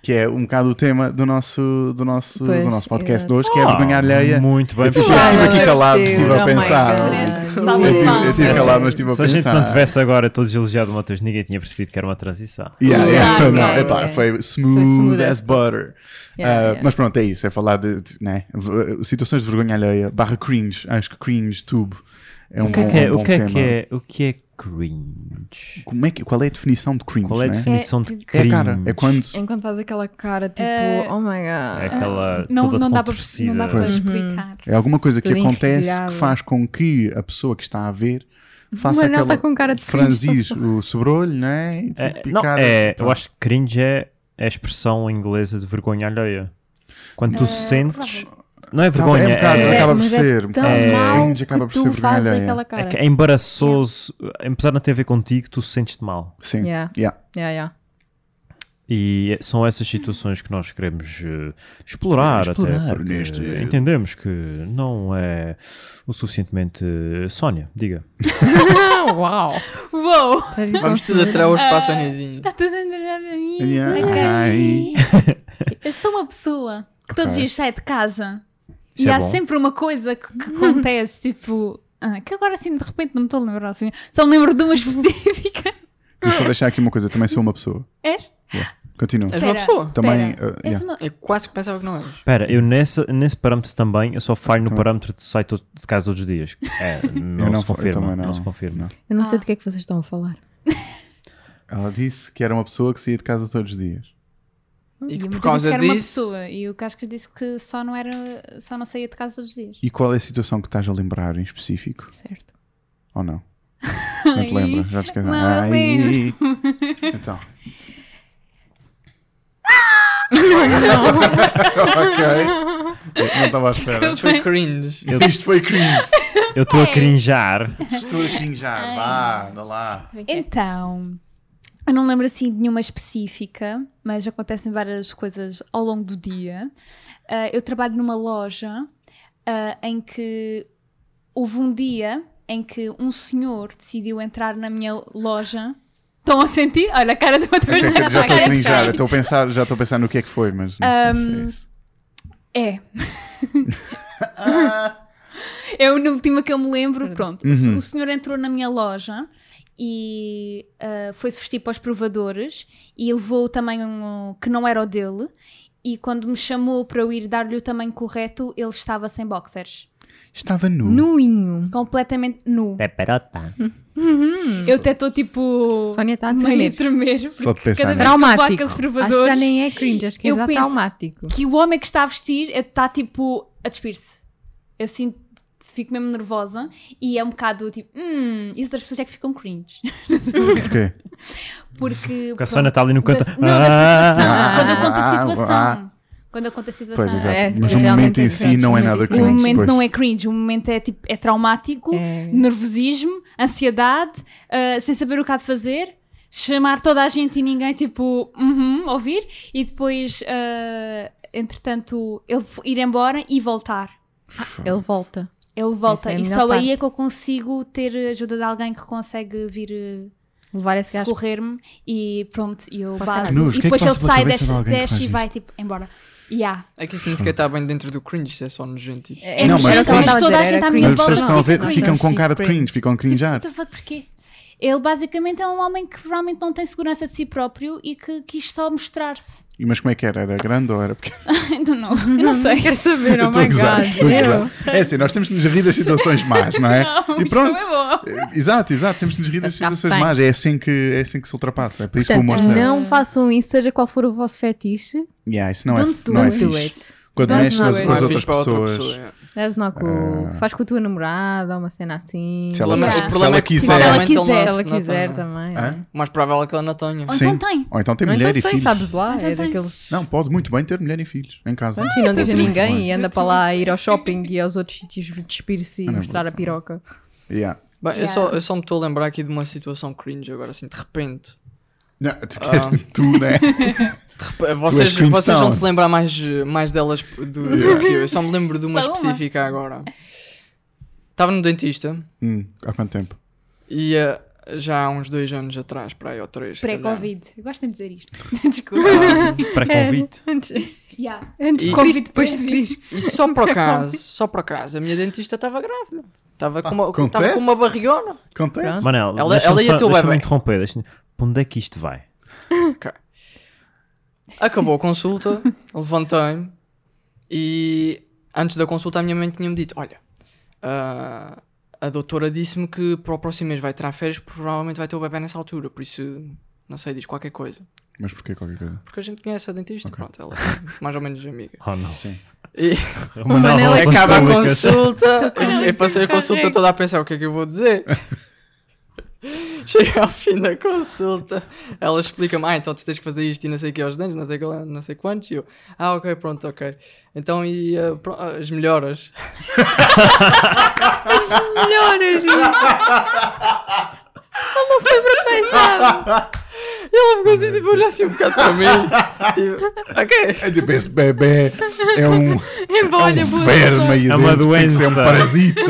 Speaker 1: Que é um bocado o tema do nosso, do nosso,
Speaker 3: Pois,
Speaker 1: do nosso podcast de hoje, que é a
Speaker 4: Ah,
Speaker 1: vergonha alheia.
Speaker 4: Muito bem.
Speaker 1: Eu fiz-
Speaker 4: pensado.
Speaker 1: estive
Speaker 3: Ai,
Speaker 1: aqui
Speaker 3: meu
Speaker 1: calado,
Speaker 3: Deus,
Speaker 1: estive a
Speaker 3: oh my
Speaker 1: pensar.
Speaker 3: God.
Speaker 2: Salve
Speaker 1: Eu tive,
Speaker 2: palmas.
Speaker 1: eu tive
Speaker 4: É
Speaker 1: calado,
Speaker 4: assim,
Speaker 1: mas estive a
Speaker 4: Se a
Speaker 1: pensar.
Speaker 4: gente não tivesse agora todos elogiado o Matheus, ninguém tinha percebido que era uma transição.
Speaker 1: Yeah, yeah,
Speaker 3: Yeah,
Speaker 1: não,
Speaker 3: yeah,
Speaker 1: epá,
Speaker 3: yeah.
Speaker 1: foi smooth,
Speaker 3: smooth
Speaker 1: as
Speaker 3: as
Speaker 1: butter.
Speaker 3: Yeah,
Speaker 1: Ah,
Speaker 3: yeah.
Speaker 1: Mas pronto, é isso. É falar de, de, né, v- situações de vergonha alheia barra cringe. Acho que cringe tube é um
Speaker 4: O que é
Speaker 1: bom,
Speaker 4: que é,
Speaker 1: um bom
Speaker 4: o que é,
Speaker 1: tema.
Speaker 4: que é, o que é cringe.
Speaker 1: Como é que, qual é a definição de cringe?
Speaker 4: Qual é a
Speaker 1: né?
Speaker 4: definição de
Speaker 2: É-
Speaker 1: É,
Speaker 4: cringe?
Speaker 1: cara, é quando.
Speaker 3: Enquanto faz aquela cara tipo,
Speaker 2: É,
Speaker 3: oh my
Speaker 4: É
Speaker 3: god.
Speaker 4: aquela
Speaker 2: Ah, Não,
Speaker 4: toda
Speaker 2: não, dá para,
Speaker 4: contorcida.
Speaker 2: não dá para
Speaker 1: Pois.
Speaker 2: explicar.
Speaker 1: É alguma coisa que
Speaker 3: Tudo
Speaker 1: acontece
Speaker 3: enrilhado.
Speaker 1: que faz com que a pessoa que está a ver faça
Speaker 3: Mano, ela
Speaker 1: aquela.
Speaker 3: tá com cara de cringe,
Speaker 1: franzir o sobrolho, né? E,
Speaker 4: É,
Speaker 1: tipo,
Speaker 4: não,
Speaker 1: picar-
Speaker 4: é, eu
Speaker 1: pronto.
Speaker 4: acho que cringe é é a expressão inglesa de vergonha alheia. Quando tu sentes. Não é
Speaker 1: Tá bem,
Speaker 4: vergonha,
Speaker 1: é um bocado,
Speaker 4: é-
Speaker 1: acaba por
Speaker 3: mas
Speaker 1: ser.
Speaker 3: É tão
Speaker 4: É.
Speaker 3: mal
Speaker 1: Cringe acaba
Speaker 3: que
Speaker 1: por ser
Speaker 3: tu
Speaker 1: vergonha
Speaker 3: fazes
Speaker 1: alheia.
Speaker 3: aquela
Speaker 4: é,
Speaker 3: cara.
Speaker 4: que é embaraçoso, apesar de não ter a ver contigo, tu sentes-te mal.
Speaker 1: Sim.
Speaker 3: Yeah.
Speaker 1: Yeah.
Speaker 3: Yeah,
Speaker 1: (laughs)
Speaker 3: yeah.
Speaker 4: E é, são essas situações que nós queremos eh, explorar, até
Speaker 1: Explorar
Speaker 4: porque
Speaker 1: neste-
Speaker 4: entendemos que não é o suficientemente. eh, Sónia, diga.
Speaker 3: Uau!
Speaker 2: Uou!
Speaker 5: Vamos tudo atrás os
Speaker 3: Ah,
Speaker 5: passonezinhos.
Speaker 2: Está Tá tudo a andar para mim.
Speaker 1: Yeah.
Speaker 2: Ok.
Speaker 1: Ai.
Speaker 2: Eu sou uma pessoa que todos os
Speaker 1: Ok.
Speaker 2: dias sai de casa
Speaker 4: Isso
Speaker 2: e
Speaker 4: é
Speaker 2: há
Speaker 4: bom.
Speaker 2: sempre uma coisa que, que acontece, tipo, ah, que agora assim de repente não me estou a lembrar, assim, só me lembro de uma específica.
Speaker 1: Deixa eu deixar aqui uma coisa. Também sou uma pessoa.
Speaker 2: É?
Speaker 1: Yeah. Continua.
Speaker 5: És uma
Speaker 2: Espera.
Speaker 5: pessoa.
Speaker 1: Também.
Speaker 2: Espera,
Speaker 1: uh, (laughs)
Speaker 2: és
Speaker 1: yeah.
Speaker 2: uma-
Speaker 5: Eu quase que pensava que não eras.
Speaker 4: Espera, eu nesse, nesse parâmetro também, eu só falho no
Speaker 1: Então-
Speaker 4: parâmetro de sair todo- de casa todos os dias. É, não,
Speaker 1: não
Speaker 4: se
Speaker 1: fa- (laughs) eu
Speaker 4: confirma,
Speaker 1: também
Speaker 4: não.
Speaker 1: não.
Speaker 4: se confirma.
Speaker 3: Eu não sei
Speaker 2: Ah.
Speaker 3: do que é que vocês estão a falar.
Speaker 1: Ela disse que era uma pessoa que saía de casa todos os dias.
Speaker 5: E que
Speaker 2: eu
Speaker 5: por
Speaker 2: disse
Speaker 5: causa
Speaker 2: que era uma
Speaker 5: disso-
Speaker 2: pessoa e o Casca disse que só não era, só não saía de casa todos os dias.
Speaker 1: E qual é a situação que estás a lembrar em específico?
Speaker 3: Certo.
Speaker 1: Ou não? Não
Speaker 2: (laughs)
Speaker 1: te
Speaker 2: Ai.
Speaker 1: lembras? Já te esqueci.
Speaker 2: Não, eu
Speaker 1: Então.
Speaker 2: Ah!
Speaker 1: (laughs) ok. Eu Não estava à espera.
Speaker 5: Isto foi cringe.
Speaker 1: Isto foi cringe.
Speaker 4: Eu estou a crinjar.
Speaker 1: Estou a crinjar. Vá, anda lá.
Speaker 3: é
Speaker 2: Então, eu não lembro assim de nenhuma específica, mas acontecem várias coisas ao longo do dia. Ah, eu trabalho numa loja ah, em que houve um dia em que um senhor decidiu entrar na minha loja. Estão a sentir? Olha a cara do Mateus.
Speaker 1: Ok,
Speaker 2: na
Speaker 1: (laughs) já estou a
Speaker 2: cara de
Speaker 1: crinjar,
Speaker 2: cringe.
Speaker 1: eu estou a pensar, já estou a pensar no que é que foi, mas não sei se é isso.
Speaker 2: (laughs) É. é a última que eu me lembro. Pronto,
Speaker 1: Uhum.
Speaker 2: o senhor entrou na minha loja e ah, foi-se vestir para os provadores e levou o tamanho que não era o dele. E quando me chamou para eu ir dar-lhe o tamanho correto, ele estava sem boxers.
Speaker 1: Estava nu.
Speaker 3: Nuinho.
Speaker 2: Completamente nu.
Speaker 4: Peperota.
Speaker 2: Eu até estou tipo.
Speaker 3: Sónia está a
Speaker 2: meio a
Speaker 3: tremer.
Speaker 2: tremer.
Speaker 1: Só de pensar nisso.
Speaker 2: Cada vez que vou
Speaker 3: Traumático.
Speaker 2: àqueles
Speaker 3: Acho
Speaker 2: provadores.
Speaker 3: que já nem é cringe, acho que é
Speaker 2: Eu
Speaker 3: já
Speaker 2: penso-
Speaker 3: traumático.
Speaker 2: que o homem que está a vestir está tipo a despir-se. Eu sinto, fico mesmo nervosa e é um bocado tipo, hum, isso das pessoas é que ficam cringe. (laughs)
Speaker 1: Porquê?
Speaker 2: Porque.
Speaker 4: a Sônia está ali no canto.
Speaker 2: Da, não, da situação.
Speaker 1: Ah,
Speaker 2: quando eu conto a
Speaker 1: ah,
Speaker 2: situação.
Speaker 1: ah.
Speaker 2: quando eu conto a situação.
Speaker 1: Pois, exato.
Speaker 3: É,
Speaker 1: mas o
Speaker 3: realmente
Speaker 1: momento em
Speaker 3: é
Speaker 1: si não é
Speaker 3: verdade,
Speaker 1: nada
Speaker 3: o
Speaker 2: O
Speaker 1: cringe.
Speaker 2: momento
Speaker 1: pois.
Speaker 2: não é cringe, o momento é tipo, é traumático,
Speaker 3: É.
Speaker 2: nervosismo, ansiedade, ah, sem saber o que há de fazer, chamar toda a gente e ninguém tipo, uhum, ouvir, e depois, ah, entretanto, ele f- ir embora e voltar.
Speaker 3: Ele volta.
Speaker 2: Ele volta
Speaker 3: é a
Speaker 2: e
Speaker 3: melhor
Speaker 2: só aí é que eu consigo ter ajuda de alguém que consegue vir eh,
Speaker 3: Levar esse gajo.
Speaker 2: socorrer-me e pronto, e eu
Speaker 3: Pode
Speaker 2: bato.
Speaker 1: estar. Nus, o
Speaker 2: e
Speaker 1: que é que passa
Speaker 2: depois ele
Speaker 1: pela
Speaker 2: sai,
Speaker 1: cabeça de
Speaker 2: desce,
Speaker 1: alguém que
Speaker 2: desce
Speaker 1: faz
Speaker 2: e vai tipo embora. Yeah.
Speaker 5: É que isso nem sequer está bem dentro do cringe, isso é só nojento. tipo.
Speaker 3: É,
Speaker 1: Não, mas-
Speaker 3: era o que ela
Speaker 1: mas
Speaker 3: estava a
Speaker 2: toda a
Speaker 3: dizer,
Speaker 2: gente
Speaker 3: era
Speaker 2: à minha
Speaker 1: Mas
Speaker 3: cringe.
Speaker 2: volta
Speaker 1: vocês estão a ver,
Speaker 2: Ficam
Speaker 1: ficam com
Speaker 3: cringe.
Speaker 1: cara de cringe, ficam a
Speaker 2: Tipo,
Speaker 1: crinjar.
Speaker 2: what the fuck, porquê? Ele basicamente é um homem que provavelmente não tem segurança de si próprio e que quis só (laughs) mostrar-se.
Speaker 1: E Mas como é que era? Era grande ou era pequeno?
Speaker 2: I don't know. Eu não sei.
Speaker 3: Quero saber, oh
Speaker 1: Estou a
Speaker 3: my
Speaker 1: gozar, estou
Speaker 3: god.
Speaker 1: a
Speaker 3: Eu.
Speaker 1: gozar. É assim, nós temos de nos rir das situações más, não é?
Speaker 2: Não,
Speaker 1: e
Speaker 2: (laughs) isto
Speaker 1: pronto.
Speaker 2: não é bom.
Speaker 1: Exato, exato, temos de nos rir das
Speaker 3: Está
Speaker 1: situações
Speaker 3: Tá, bem.
Speaker 1: más. É assim que, é assim que se ultrapassa. É por isso que o humor
Speaker 3: Portanto,
Speaker 1: serve.
Speaker 3: não façam isso, seja qual for o vosso fetiche.
Speaker 1: Yeah, isso não é,
Speaker 3: Don't do
Speaker 1: não é
Speaker 3: it.
Speaker 1: fixe. Quando
Speaker 3: Don't
Speaker 1: mexes
Speaker 3: do
Speaker 1: nas-
Speaker 3: it.
Speaker 1: com as
Speaker 5: Não é
Speaker 1: outras
Speaker 5: fixe para outra
Speaker 1: pessoas,
Speaker 5: pessoa, é.
Speaker 3: That's not cool. Faz com a tua namorada, uma cena assim.
Speaker 1: Ah. se ela,
Speaker 2: Yeah.
Speaker 1: se
Speaker 2: O
Speaker 1: ela
Speaker 5: problema é que
Speaker 1: quiser.
Speaker 2: se ela
Speaker 5: provavelmente ele
Speaker 2: quiser,
Speaker 5: não-
Speaker 3: Se ela
Speaker 5: não
Speaker 3: quiser
Speaker 5: tem.
Speaker 3: também.
Speaker 1: Hã?
Speaker 4: Hum.
Speaker 3: não é?
Speaker 5: O mais provável é que ela não tenha.
Speaker 2: Ou
Speaker 1: Sim.
Speaker 2: então tem.
Speaker 1: Ou então tem
Speaker 3: Ou
Speaker 1: mulher
Speaker 3: então
Speaker 1: e
Speaker 3: tem,
Speaker 1: filhos.
Speaker 3: sabes lá,
Speaker 2: Então
Speaker 3: é
Speaker 2: tem.
Speaker 3: daqueles.
Speaker 1: Não, pode muito bem ter mulher e filhos em casa.
Speaker 3: E não deixa
Speaker 1: Muito
Speaker 3: ninguém
Speaker 1: bem.
Speaker 3: e anda para lá e ir ao shopping e aos outros sítios despir-se e
Speaker 1: Ah, não,
Speaker 3: mostrar a
Speaker 1: vou-
Speaker 3: piroca.
Speaker 1: Yeah.
Speaker 5: Bem, eu,
Speaker 2: Yeah.
Speaker 5: só, eu só me estou a lembrar aqui de uma situação cringe agora, assim, de repente.
Speaker 1: Não, tu,
Speaker 4: Ah.
Speaker 1: queres- tu,
Speaker 4: (laughs)
Speaker 1: né?
Speaker 5: Pá, Vocês,
Speaker 1: cringe
Speaker 5: vocês vão
Speaker 1: town.
Speaker 5: se lembrar mais, mais delas
Speaker 2: (laughs)
Speaker 5: do, do que eu. Eu só me lembro de uma
Speaker 2: Só uma.
Speaker 5: específica agora. Estava no dentista
Speaker 1: Hum, há quanto tempo?
Speaker 5: e eh, já há uns dois anos atrás, para aí ou três. se calhar.
Speaker 2: Pré-Covid. Eu gosto de dizer isto. (laughs) Desculpa.
Speaker 5: Ah,
Speaker 4: Para convite.
Speaker 3: É, Antes,
Speaker 2: Yeah.
Speaker 3: antes de
Speaker 5: E-
Speaker 3: Cristo, depois de Cristo.
Speaker 5: E só
Speaker 2: (laughs)
Speaker 5: por acaso, só por acaso, a minha dentista estava grávida. Estava com, uma-
Speaker 1: Ah, acontece?
Speaker 5: estava com uma barrigona.
Speaker 1: Acontece?
Speaker 4: Manel,
Speaker 5: Ela-
Speaker 4: deixa-me
Speaker 5: ela e
Speaker 4: só-
Speaker 5: a tua
Speaker 4: deixa-me
Speaker 5: bebé.
Speaker 4: interromper. Deixa Para onde é que isto vai?
Speaker 5: Acabou a consulta, (laughs) levantei-me e antes da consulta a minha mãe tinha-me dito: Olha, ah, a doutora disse-me que para o próximo mês vai tirar férias, provavelmente vai ter o bebê nessa altura, por isso, não sei, diz qualquer coisa.
Speaker 1: Mas porquê qualquer coisa?
Speaker 5: Porque a gente conhece a dentista,
Speaker 1: Ok.
Speaker 5: pronto, ela é mais ou
Speaker 4: (laughs)
Speaker 5: menos amiga.
Speaker 1: (laughs)
Speaker 4: Oh, não.
Speaker 1: Sim.
Speaker 5: E
Speaker 4: Uma nova
Speaker 3: Manela-
Speaker 4: relação
Speaker 5: acaba a
Speaker 4: pública.
Speaker 5: consulta,
Speaker 3: com ela
Speaker 5: eu passei a
Speaker 3: muito carrega.
Speaker 5: consulta toda a pensar o que é que eu vou dizer. (laughs) Chega ao fim da consulta, ela explica-me, ah, então tu tens que fazer isto e não sei o que aos dentes, não sei, qual- não sei quantos, e eu, ah, ok, pronto, ok. Então, e ah, pro- ah, as melhoras?
Speaker 3: Melhoras! Ele não se lembra de mais nada.
Speaker 5: E ela ficou assim, tipo, a olhar assim um bocado para mim,
Speaker 1: (laughs)
Speaker 5: tipo, ok.
Speaker 1: É tipo, esse bebê é
Speaker 3: (laughs)
Speaker 1: um,
Speaker 3: Embora, boa
Speaker 1: verme aí
Speaker 4: É uma
Speaker 1: dentro, tem que ser um
Speaker 4: doença.
Speaker 3: (laughs)
Speaker 1: parasita.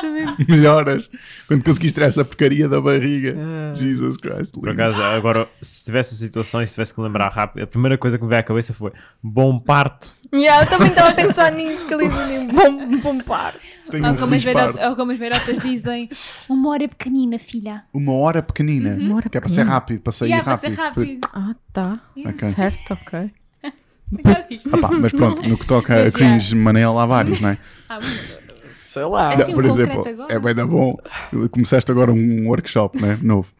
Speaker 3: também.
Speaker 1: Melhoras quando conseguiste tirar essa porcaria da barriga.
Speaker 3: Ah.
Speaker 1: Jesus Christ.
Speaker 4: Por acaso, agora, se tivesse a situação e se tivesse que lembrar rápido, a primeira coisa que me veio à cabeça foi bom parto.
Speaker 3: Yeah, eu também estava a pensar nisso, que ele dizia um bom, um bom par.
Speaker 1: Tenho
Speaker 3: Ah,
Speaker 2: Ou como,
Speaker 3: é
Speaker 1: um
Speaker 2: as
Speaker 1: feliz parto.
Speaker 2: velhotas, ou como as velhotas dizem, uma hora pequenina, filha.
Speaker 1: Uma hora pequenina.
Speaker 3: Uhum. Uma hora
Speaker 1: que é para ser
Speaker 3: pequenina.
Speaker 1: rápido, para sair
Speaker 2: Yeah, vai ser
Speaker 1: rápido.
Speaker 2: rápido.
Speaker 3: (laughs) Ah, tá.
Speaker 1: Ok.
Speaker 3: Certo, ok.
Speaker 2: Já viste?
Speaker 1: Ah pá, mas pronto, no que toca a
Speaker 2: Mas já.
Speaker 1: cringe Manel, há vários, não é?
Speaker 2: Ah, mas-
Speaker 5: Sei lá.
Speaker 2: Assim,
Speaker 1: por
Speaker 2: um
Speaker 1: exemplo,
Speaker 2: concreto agora?
Speaker 1: é bem da bom. Começaste agora um workshop, né? Novo.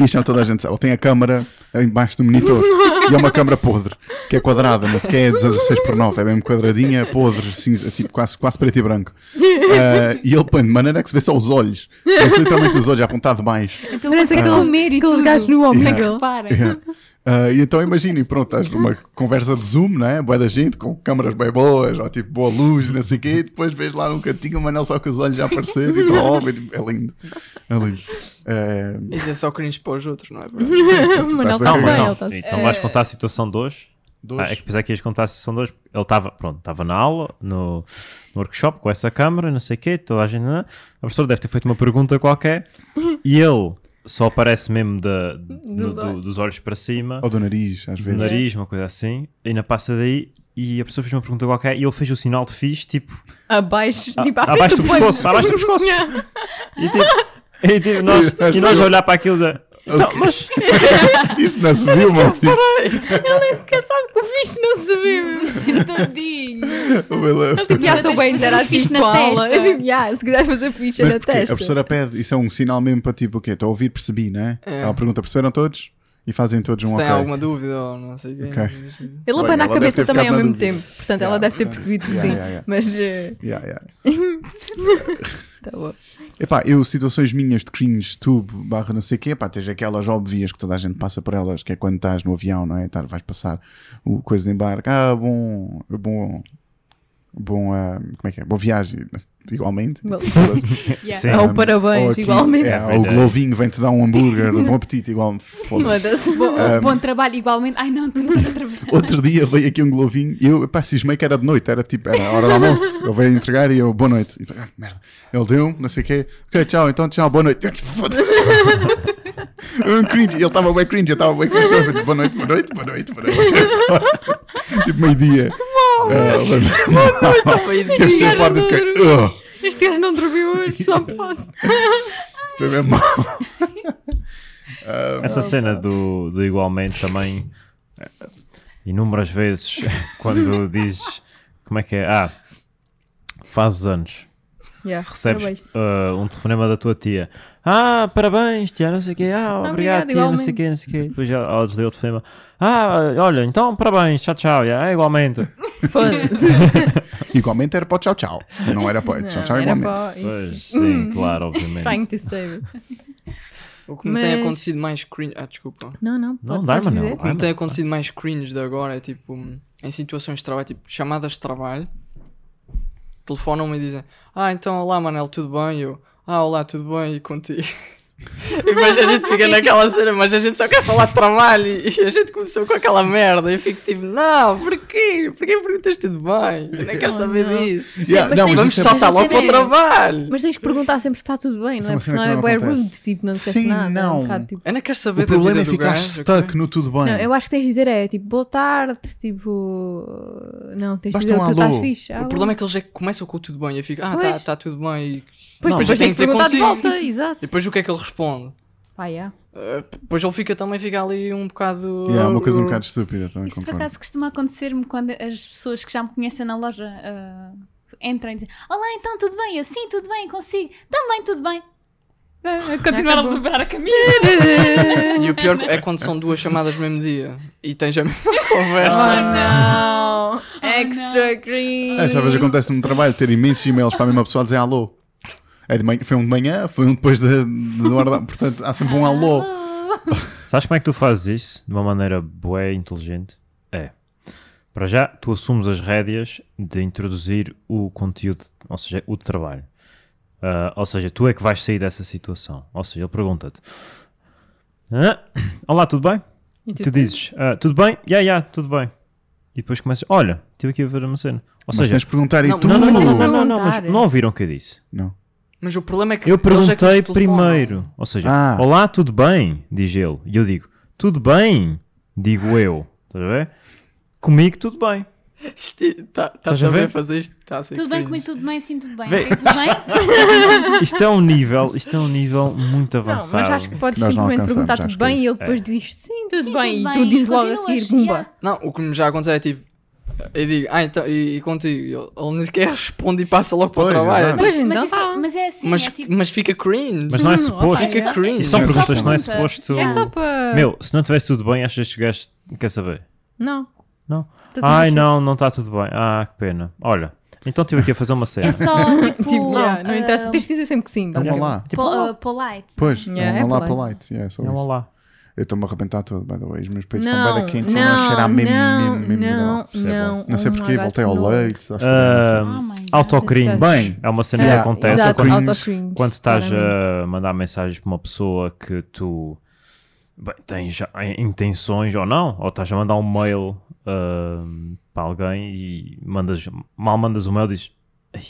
Speaker 1: Deixam toda a gente. Ele tem a câmara embaixo do monitor e é uma câmara podre, que é quadrada, não sequer é 16 por 9, é mesmo quadradinha, podre, cinza, tipo quase, quase preto e branco. Ah, e ele põe de maneira que se vê só os olhos, Vê-se literalmente os olhos a apontar de baixo.
Speaker 2: Então
Speaker 3: Parece
Speaker 2: vou ter que
Speaker 3: aquele-
Speaker 2: comer e
Speaker 3: aqueles
Speaker 2: tudo. Então
Speaker 3: gajos no
Speaker 2: Sem
Speaker 3: omega.
Speaker 2: que parem.
Speaker 1: Yeah.
Speaker 5: É.
Speaker 1: (laughs) Ah, e então imaginem, pronto, estás numa conversa de Zoom, né? Boa da gente, com câmaras bem boas, ou tipo boa luz, não sei o quê, e depois vês lá num cantinho o Manel só com os olhos já a aparecer
Speaker 5: (laughs)
Speaker 1: e tal, óbvio, tipo, é lindo. É lindo. É,
Speaker 5: Isso é só cringe para os
Speaker 1: (laughs)
Speaker 5: outros, não é?
Speaker 3: O Manel
Speaker 1: estás bem,
Speaker 3: está tá
Speaker 1: Manel.
Speaker 3: bem, ele assim. está
Speaker 4: Então vais contar a situação de hoje?
Speaker 1: dois.
Speaker 4: Ah, é que pensei que ias contar a situação de hoje. Ele estava, pronto, estava na aula, no, no workshop, com essa câmera, não sei o quê, toda a gente... né? A professora deve ter feito uma pergunta qualquer e ele só aparece mesmo da- no- do-
Speaker 3: olhos.
Speaker 4: dos olhos para cima,
Speaker 1: Ou do nariz, às
Speaker 4: do
Speaker 1: vezes.
Speaker 4: nariz, uma coisa assim, e ainda passa daí e a pessoa fez uma pergunta qualquer e ele fez o sinal de fixe, tipo... ah,
Speaker 3: abaixo,
Speaker 1: Ah,
Speaker 3: tipo, à frente
Speaker 4: abaixo do
Speaker 3: banco.
Speaker 4: pescoço, abaixo do pescoço.
Speaker 3: Yeah.
Speaker 4: E, tipo, e, tipo, nós, e nós a olhar para aquilo da. Então, mas
Speaker 1: Isso não se
Speaker 5: (laughs)
Speaker 1: viu, mano.
Speaker 3: Ele nem sequer sabe que o fixe não se viu.
Speaker 2: (laughs) Tadinho.
Speaker 3: Tipo, (laughs) já sou bem, era
Speaker 2: Fixe
Speaker 3: fixe
Speaker 2: na
Speaker 3: com a aula. (laughs)
Speaker 2: testa. (laughs)
Speaker 3: Tipo, yeah, se quiseres fazer fixe é
Speaker 1: Mas
Speaker 3: na
Speaker 1: porquê?
Speaker 3: testa.
Speaker 1: A professora pede, isso é um sinal mesmo para tipo o quê? Estou a ouvir, percebi, né?
Speaker 5: É.
Speaker 1: Ela pergunta, perceberam todos? E fazem todos um
Speaker 5: Se
Speaker 1: ok.
Speaker 5: tem alguma dúvida ou não sei o quê. eh,
Speaker 1: Ok.
Speaker 3: Ele
Speaker 1: Olha,
Speaker 3: abana a
Speaker 1: ela deve
Speaker 3: cabeça
Speaker 1: ter
Speaker 3: também
Speaker 1: ficado
Speaker 3: ao
Speaker 1: na
Speaker 3: mesmo
Speaker 1: dúvida.
Speaker 3: tempo. Portanto,
Speaker 1: Yeah,
Speaker 3: ela deve ter
Speaker 1: portanto,
Speaker 3: percebido que
Speaker 1: yeah,
Speaker 3: sim.
Speaker 1: yeah, yeah.
Speaker 3: Mas. eh,
Speaker 1: Yeah, yeah.
Speaker 3: Tá bom.
Speaker 1: Epá, eu, situações minhas de cringe, tubo, barra não sei o quê, pá, tens aquelas óbvias que toda a gente passa por elas, que é quando estás no avião, não é? Tá, vais passar o coisa de embarque, ah, bom, bom, bom, ah, como é que é? Boa viagem, igualmente.
Speaker 3: Bom.
Speaker 2: Yeah.
Speaker 4: Sim.
Speaker 1: Ah,
Speaker 3: Ou é um parabéns,
Speaker 1: Tipo, aqui-
Speaker 3: igualmente. é
Speaker 1: é, ou o Glovinho vem-te dar um hambúrguer, bom apetite, igual. foda-se.
Speaker 3: Foda-se.
Speaker 2: Bom, bom trabalho, igualmente. Ai não, tu não estás a trabalhar.
Speaker 1: Outro dia veio aqui um Glovinho e eu, pá, cismei que era de noite, era tipo, era a hora do almoço. Ele veio entregar e eu, boa noite. E, ah, merda. Ele deu, não sei o quê, ok, tchau, então tchau, boa noite. (laughs) Eu, Foda-se. Eu um cringe, ele estava bem cringe, eu estava bem cringe. Eu, tipo, boa noite, boa noite, boa noite, boa noite. (laughs) tipo, meio-dia. Ah, (laughs) Eu fechei a porta e fiquei, "Ugh."
Speaker 3: Este gajo não dormiu hoje, só pode.
Speaker 1: foi mesmo mal.
Speaker 4: essa cena do, do igualmente também, eh, inúmeras vezes, quando
Speaker 3: (laughs)
Speaker 4: dizes como é que é? Ah, fazes anos,
Speaker 3: Yeah,
Speaker 4: recebes
Speaker 3: parabéns.
Speaker 4: eh, um telefonema da tua tia. Ah, parabéns, tia, não sei o quê. Ah,
Speaker 3: Obrigada,
Speaker 4: obrigado, tia, não sei o quê, não sei o quê. Depois ela ela desliga o telefonema. Ah, olha, então parabéns, tchau, tchau. Yeah, é igualmente.
Speaker 1: (laughs)
Speaker 3: Foda-se.
Speaker 1: Igualmente era para o tchau, tchau. Não era para o tchau,
Speaker 3: Não,
Speaker 1: tchau,
Speaker 3: Era
Speaker 1: igualmente.
Speaker 3: pá.
Speaker 4: Pois, sim, claro,
Speaker 3: Trying
Speaker 4: obviamente.
Speaker 3: to save.
Speaker 5: O que me tem
Speaker 3: Mas-
Speaker 5: acontecido mais cringe. Ah, desculpa.
Speaker 3: Não, não.
Speaker 4: Não
Speaker 3: pode-
Speaker 4: dá,
Speaker 3: podes
Speaker 4: mano.
Speaker 3: dizer.
Speaker 5: O que me tem acontecido mais cringe de agora é tipo em situações de trabalho, tipo chamadas de trabalho, telefonam-me e dizem: Ah, então olá Manel, tudo bem? E eu, ah, olá, tudo bem? E contigo. (laughs) E depois a gente fica naquela cena, mas a gente só quer falar de trabalho e a gente começou com aquela merda. E eu fico tipo, não, porquê? Porquê perguntas tudo bem? Eu nem quero saber disso.
Speaker 1: Yeah,
Speaker 3: Mas
Speaker 1: não, mas
Speaker 3: tem-
Speaker 5: Vamos
Speaker 1: isso é-
Speaker 5: saltar
Speaker 3: Oh, mas
Speaker 5: logo para o
Speaker 3: isso é-
Speaker 5: trabalho.
Speaker 3: Mas tens que perguntar sempre se está tudo bem, não
Speaker 1: Isso
Speaker 3: é? Porque
Speaker 1: é uma
Speaker 3: senão
Speaker 1: cena que
Speaker 3: é
Speaker 1: não
Speaker 3: bué
Speaker 1: acontece.
Speaker 3: rude, tipo, não disseste
Speaker 1: Sim,
Speaker 3: nada. é
Speaker 1: não.
Speaker 3: um bocado, tipo-
Speaker 5: Eu não quero saber
Speaker 1: O problema
Speaker 5: da
Speaker 1: é
Speaker 5: vida do
Speaker 1: ficar
Speaker 5: gajo,
Speaker 1: stuck
Speaker 5: ok?
Speaker 1: no tudo bem.
Speaker 3: Não, eu acho que tens de dizer é tipo, boa tarde, tipo. Não, tens de
Speaker 1: Basta
Speaker 3: dizer
Speaker 1: um
Speaker 3: que tu estás
Speaker 1: alô.
Speaker 3: fixe. Ah,
Speaker 5: O problema é que eles já começam com o tudo bem. Eu fico, ah,
Speaker 3: Pois.
Speaker 5: tá, tá tudo bem. E
Speaker 3: Depois,
Speaker 5: Não,
Speaker 3: depois
Speaker 5: mas eu tenho
Speaker 3: tens
Speaker 5: que
Speaker 3: de perguntar
Speaker 5: dizer
Speaker 3: de
Speaker 5: contigo.
Speaker 3: volta, exato.
Speaker 5: depois o que é que ele responde?
Speaker 3: Pá, (laughs) yeah.
Speaker 5: Uh, Depois ele fica também fica ali um bocado.
Speaker 1: Yeah, é uma coisa um bocado estúpida também.
Speaker 2: Isso por
Speaker 1: concordo.
Speaker 2: acaso costuma acontecer-me quando as pessoas que já me conhecem na loja ah, entram e dizem: Olá, então tudo bem? Eu sim, tudo bem, consigo. Também tudo bem. Continuar Ah, a
Speaker 3: Acabou.
Speaker 2: dobrar a caminho.
Speaker 5: E o pior é quando são duas chamadas no mesmo dia e tens a mesma conversa.
Speaker 1: Ah,
Speaker 3: Oh não! Extra green!
Speaker 1: Esta vez acontece no trabalho ter imensos e-mails para a mesma pessoa a dizer alô. É de manhã- foi um de manhã, foi um depois da de, hora da- Portanto, há sempre um
Speaker 3: Ah.
Speaker 1: alô.
Speaker 2: Ah,
Speaker 4: Sabes como é que tu fazes isso de uma maneira boa e inteligente? É. Para já, tu assumes as rédeas de introduzir o conteúdo, ou seja, o trabalho. Ah, ou seja, tu é que vais sair dessa situação. Ou seja, ele pergunta-te: "Ah, Olá, tudo bem?
Speaker 3: E
Speaker 4: Tu dizes: "Ah, Tudo bem? Ya, ya, tudo bem. E depois começas: Olha, estive aqui a ver uma cena. Ou
Speaker 1: Mas
Speaker 4: seja,
Speaker 1: tens de perguntar e
Speaker 5: Não,
Speaker 1: tu.
Speaker 4: não, não, não, não, não,
Speaker 3: Perguntar.
Speaker 4: não, mas não ouviram o que eu disse.
Speaker 1: Não.
Speaker 5: Mas o problema é que
Speaker 4: Eu
Speaker 5: eles é que nos
Speaker 4: perguntei
Speaker 5: telefonam.
Speaker 4: primeiro. Ou seja,
Speaker 1: Ah.
Speaker 4: olá, tudo bem? Diz ele. E eu digo, tudo bem? Digo eu. Estás a ver? Comigo tudo bem.
Speaker 5: Isto Estás
Speaker 4: Estás
Speaker 5: a
Speaker 4: a ver?
Speaker 5: ver fazer isto? Tá a ser
Speaker 2: Tudo bem
Speaker 5: cringe.
Speaker 2: comigo, tudo bem, sim, tudo bem.
Speaker 4: Vê.
Speaker 2: Ok, tudo bem?
Speaker 4: Isto é um nível, isto é um nível muito
Speaker 3: Não,
Speaker 4: avançado.
Speaker 3: mas acho que podes
Speaker 1: Nós não
Speaker 3: simplesmente
Speaker 1: alcançamos,
Speaker 3: perguntar
Speaker 1: acho
Speaker 3: tudo
Speaker 1: que-
Speaker 3: bem e ele depois
Speaker 4: é.
Speaker 3: diz sim, tudo
Speaker 2: Sim,
Speaker 3: bem.
Speaker 2: tudo
Speaker 3: e tu
Speaker 2: bem,
Speaker 3: dizes logo a
Speaker 2: continuas,
Speaker 3: seguir, bumba.
Speaker 2: yeah.
Speaker 5: Não, o que me já aconteceu é tipo. Eu digo, ah, então, e, e contigo? Ele- Ele nem sequer (laughs) responde e passa logo para o
Speaker 1: Pois,
Speaker 5: trabalho.
Speaker 1: exato.
Speaker 5: É
Speaker 3: Pois
Speaker 2: Mas,
Speaker 3: então
Speaker 2: isso-
Speaker 3: tá.
Speaker 2: mas é assim,
Speaker 5: tipo- Mas,
Speaker 2: é tipo.
Speaker 5: mas fica cringe.
Speaker 4: Mas não é
Speaker 3: Hum,
Speaker 4: suposto.
Speaker 5: Fica
Speaker 2: Só-
Speaker 5: cringe.
Speaker 4: E são
Speaker 1: Não, só
Speaker 4: perguntas, não é
Speaker 2: pergunta.
Speaker 4: suposto.
Speaker 3: É só para.
Speaker 4: Meu, se não tivesse tudo bem, achas que estes gajos quer saber?
Speaker 3: Não.
Speaker 4: Não.
Speaker 3: Tu
Speaker 4: Ai
Speaker 3: tinhas-
Speaker 4: não, não está tudo bem. Ah, que pena. Olha, então estive aqui a fazer uma
Speaker 2: É
Speaker 4: cena.
Speaker 2: só tipo.
Speaker 3: Tipo, yeah, não
Speaker 2: ah,
Speaker 3: interessa. Tens de dizer sempre que sim.
Speaker 1: É um olá.
Speaker 4: Tipo,
Speaker 2: po- ah, polite.
Speaker 1: Pois,
Speaker 3: Yeah,
Speaker 1: é
Speaker 3: é
Speaker 1: um olá
Speaker 3: polite.
Speaker 1: polite. Yeah, só
Speaker 4: é um
Speaker 1: isso.
Speaker 4: olá.
Speaker 1: Eu estou-me a arrebentar todo, by the way. Os meus peitos estão
Speaker 3: Não,
Speaker 1: bem quentes. estão a cheirar
Speaker 3: não,
Speaker 1: mesmo,
Speaker 3: não,
Speaker 1: mesmo, mesmo,
Speaker 3: não,
Speaker 1: grave.
Speaker 3: não.
Speaker 1: Não sei
Speaker 3: Oh my
Speaker 1: porquê,
Speaker 3: God,
Speaker 1: voltei ao
Speaker 3: que nojo.
Speaker 1: leite. acho que
Speaker 4: Ah,
Speaker 1: não sei.
Speaker 2: Oh my God.
Speaker 4: Autocringe.
Speaker 1: Bem.
Speaker 4: é uma cena
Speaker 3: Ah,
Speaker 4: que
Speaker 1: Yeah,
Speaker 4: acontece
Speaker 3: exato,
Speaker 4: quando,
Speaker 1: autocringe.
Speaker 3: autocringe,
Speaker 4: quando estás
Speaker 3: claramente.
Speaker 4: a mandar mensagens para uma pessoa que tu bem, tens já intenções ou não, ou estás a mandar um mail ahm, para alguém e mandas, mal mandas o mail e dizes. "Ei,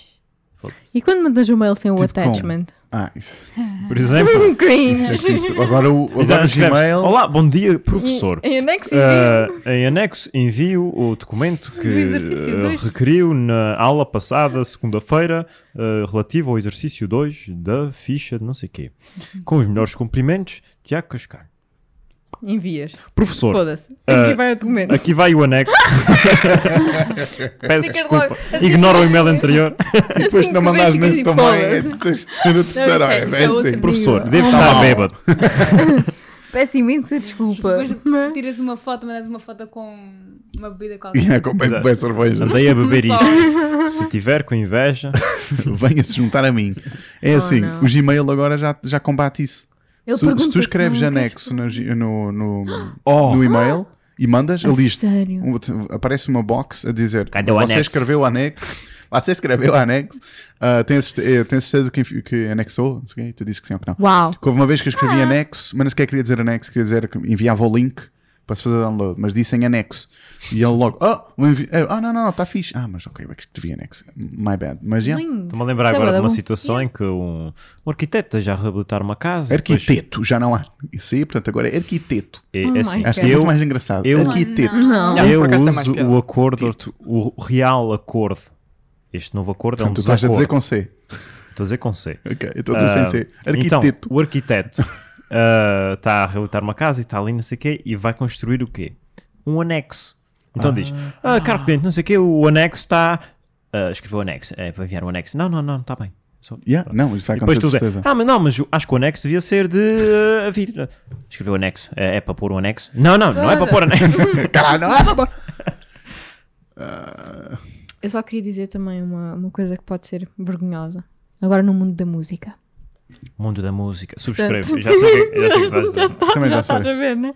Speaker 4: foda-se."
Speaker 3: E quando mandas o mail sem o
Speaker 1: Tipo como?
Speaker 3: attachment?
Speaker 1: Ah, isso.
Speaker 4: Por
Speaker 3: (laughs)
Speaker 4: exemplo,
Speaker 1: isso,
Speaker 3: Cringe.
Speaker 1: isso, isso. Agora o agora o
Speaker 4: escreves,
Speaker 1: Gmail.
Speaker 4: Olá, bom dia, professor.
Speaker 3: E, e next
Speaker 4: Ah, em anexo envio o documento que
Speaker 3: Do exercício
Speaker 4: eh,
Speaker 3: dois.
Speaker 4: requeriu na aula passada, segunda-feira, eh, relativo ao exercício 2 da ficha de não sei quê.
Speaker 3: Uhum.
Speaker 4: Com os melhores cumprimentos, Tiago Cascar.
Speaker 3: envias.
Speaker 4: Professor,
Speaker 3: Foda-se.
Speaker 4: Ah,
Speaker 3: Aqui vai o documento.
Speaker 4: aqui vai o anexo. Peço
Speaker 3: Fica
Speaker 4: desculpa.
Speaker 3: logo- assim-
Speaker 4: Ignora o e-mail anterior.
Speaker 1: E depois se não
Speaker 3: Cinco
Speaker 1: mandares
Speaker 3: vezes
Speaker 1: nesse
Speaker 3: que
Speaker 1: também.
Speaker 3: foda-se.
Speaker 1: Tens de ser a terceira.
Speaker 3: isso é- isso é
Speaker 1: É
Speaker 3: outro
Speaker 1: assim.
Speaker 3: nível.
Speaker 4: Professor,
Speaker 3: Digo.
Speaker 4: deve estar bêbado.
Speaker 3: Peço imensa desculpa.
Speaker 2: Depois tiras uma foto, mandas uma foto com uma bebida qualquer.
Speaker 1: Yeah, é com bem- bem cerveja.
Speaker 4: Andei a beber
Speaker 2: Só.
Speaker 4: isto. Se tiver com inveja,
Speaker 1: (laughs) venha se juntar a mim. É
Speaker 3: Oh,
Speaker 1: assim,
Speaker 3: não.
Speaker 1: o Gmail agora já, já combate isso.
Speaker 3: Ele
Speaker 1: se, se tu
Speaker 3: pergunta-te,
Speaker 1: escreves
Speaker 3: não queres
Speaker 1: anexo no, gi- no, no,
Speaker 4: Oh.
Speaker 1: no e-mail e mandas,
Speaker 3: A
Speaker 1: ele diz,
Speaker 3: sério?
Speaker 1: um- aparece uma box a dizer
Speaker 4: Cadê o
Speaker 1: você
Speaker 4: anexo?"
Speaker 1: escreveu o anexo, (laughs) você escreveu o anexo, ah, tem, certe- eh, tem certeza que, enfi- que anexou? Não sei o quê. tu disse que sim ou que não.
Speaker 3: Uau. Ah.
Speaker 1: Que Houve uma vez que eu escrevi anexo, mas não sequer queria dizer anexo, queria dizer que enviava o link para se fazer download, mas disse em anexo. E ele logo, oh, o envi- eh, ah, não, não, está fixe. Ah, mas ok, eu é que escrevi anexo. My bad. Mas já.
Speaker 3: Lindo.
Speaker 4: estou-me a lembrar
Speaker 3: Isso é
Speaker 4: agora de
Speaker 3: bué
Speaker 4: uma
Speaker 3: bom.
Speaker 4: situação em que um, um arquiteto esteja a reabilitar uma casa. depois-
Speaker 1: Arquiteto, já não há. Isso aí, portanto, agora é arquiteto.
Speaker 4: É,
Speaker 3: Oh
Speaker 4: é
Speaker 3: my
Speaker 4: assim,
Speaker 3: God.
Speaker 1: Acho que é
Speaker 4: eu,
Speaker 1: muito mais engraçado.
Speaker 4: eu-
Speaker 2: Oh,
Speaker 1: arquiteto.
Speaker 3: Não.
Speaker 5: Yeah,
Speaker 4: eu
Speaker 1: tá
Speaker 5: por acaso tem mais
Speaker 4: uso
Speaker 5: piada.
Speaker 4: o acordo, o real acordo. Este novo acordo
Speaker 1: Portanto, tu
Speaker 4: é um
Speaker 1: estás a
Speaker 4: desacordo.
Speaker 1: dizer com C.
Speaker 4: Estou a dizer com C.
Speaker 1: Ok, eu estou a dizer sem
Speaker 4: Ah,
Speaker 1: C.
Speaker 4: Então,
Speaker 1: Arquiteto.
Speaker 4: o arquiteto ah, está a reabilitar uma casa e está ali, não sei o quê, e vai construir o quê? Um anexo. Então diz, ah, caro cliente, não sei o quê, o anexo está... ah, escreveu anexo, é para enviar o anexo. Não, não, não, está bem. Só-
Speaker 1: Yeah, não, isso vai
Speaker 4: E depois
Speaker 1: acontecer
Speaker 4: tu
Speaker 1: de
Speaker 4: dizes,
Speaker 1: certeza.
Speaker 4: ah, mas não, mas eu acho que o anexo devia ser de ah, vidro. Escreveu anexo, é, é para pôr um anexo? Não, não, não é para pôr anexo.
Speaker 1: (laughs) Caralho, não é babá.
Speaker 3: Eu só queria dizer também uma, uma coisa que pode ser vergonhosa. Agora no mundo da música.
Speaker 4: Mundo da música, subscreve. Já sei o que- já sei o que vais dizer.
Speaker 3: tá-
Speaker 1: (laughs) Também já
Speaker 3: tá
Speaker 1: sei.
Speaker 3: a ver, né?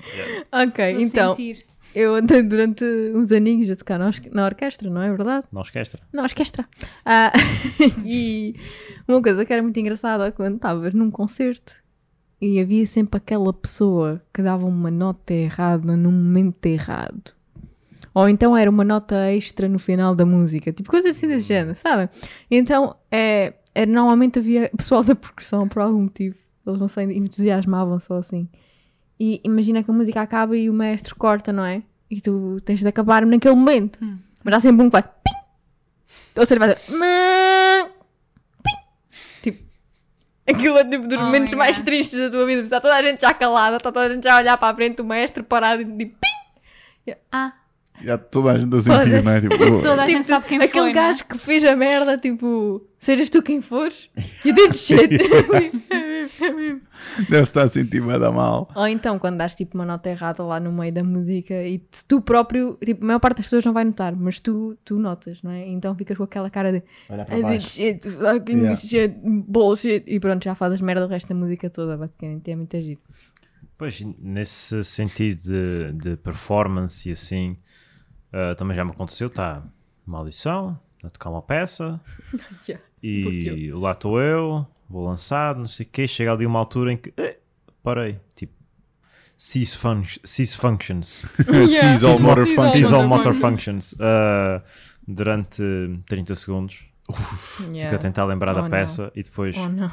Speaker 3: Ok,
Speaker 2: Estou a
Speaker 3: então,
Speaker 2: sentir.
Speaker 3: eu andei durante uns aninhos a tocar na orque- na orquestra, não é verdade?
Speaker 4: Na orquestra.
Speaker 3: Na orquestra. Ah, (laughs) e uma coisa que era muito engraçada quando estavas num concerto e havia sempre aquela pessoa que dava uma nota errada num momento errado. Ou então era uma nota extra no final da música, tipo coisas assim desse género, sabem? Então, é, era- normalmente havia pessoal da percussão por algum motivo, eles não sei, entusiasmavam só assim. E imagina que a música acaba e o maestro corta, não é? E tu tens de acabar naquele momento. Mas há sempre um que vai. Pim! Ou seja, vai fazer. "Mã", pim. Tipo, aquilo é tipo dos
Speaker 2: Oh
Speaker 3: momentos
Speaker 2: my
Speaker 3: mais
Speaker 2: God.
Speaker 3: tristes da tua vida. porque Está toda a gente já calada, está toda a gente já a olhar para a frente, o maestro parado e tipo. Pim! E eu, ah,
Speaker 1: Já toda a gente a sentir,
Speaker 3: Foda-se.
Speaker 1: não é?
Speaker 3: (laughs)
Speaker 1: Tipo,
Speaker 2: Toda a gente
Speaker 3: Tipo,
Speaker 2: sabe quem
Speaker 3: aquele
Speaker 2: foi, não é?
Speaker 3: gajo que fez a merda, tipo, sejas tu quem fores, e dentro de
Speaker 2: (laughs)
Speaker 3: shit.
Speaker 1: deve estar a sentir bué da mal. (laughs)
Speaker 3: Ou então, quando dás tipo uma nota errada lá no meio da música e se tu próprio, tipo, a maior parte das pessoas não vai notar, mas tu, tu notas, não é? Então ficas com aquela cara de
Speaker 4: Olha para
Speaker 3: "I did
Speaker 4: baixo.
Speaker 3: shit, fucking
Speaker 1: Yeah.
Speaker 3: shit, bullshit, e pronto, já fazes merda o resto da música toda, basicamente, é muito giro.
Speaker 4: Pois, nesse sentido de, de performance e assim, ah, também já me aconteceu, está uma audição, a tocar uma peça,
Speaker 3: (laughs) Yeah.
Speaker 4: e lá estou eu, vou lançar, não sei o quê, chega ali uma altura em que, eh, parei, tipo, cease, fun cease
Speaker 3: (laughs)
Speaker 4: functions.
Speaker 3: Yeah.
Speaker 1: Sees all motor
Speaker 3: Sees
Speaker 1: functions.
Speaker 4: Seasonal
Speaker 3: Seasonal
Speaker 4: Motor
Speaker 3: motor
Speaker 4: Functions. Ah, durante 30 segundos. Fico
Speaker 3: Yeah.
Speaker 4: a tentar lembrar
Speaker 3: Oh,
Speaker 4: da
Speaker 3: não.
Speaker 4: peça e depois.
Speaker 3: Oh não.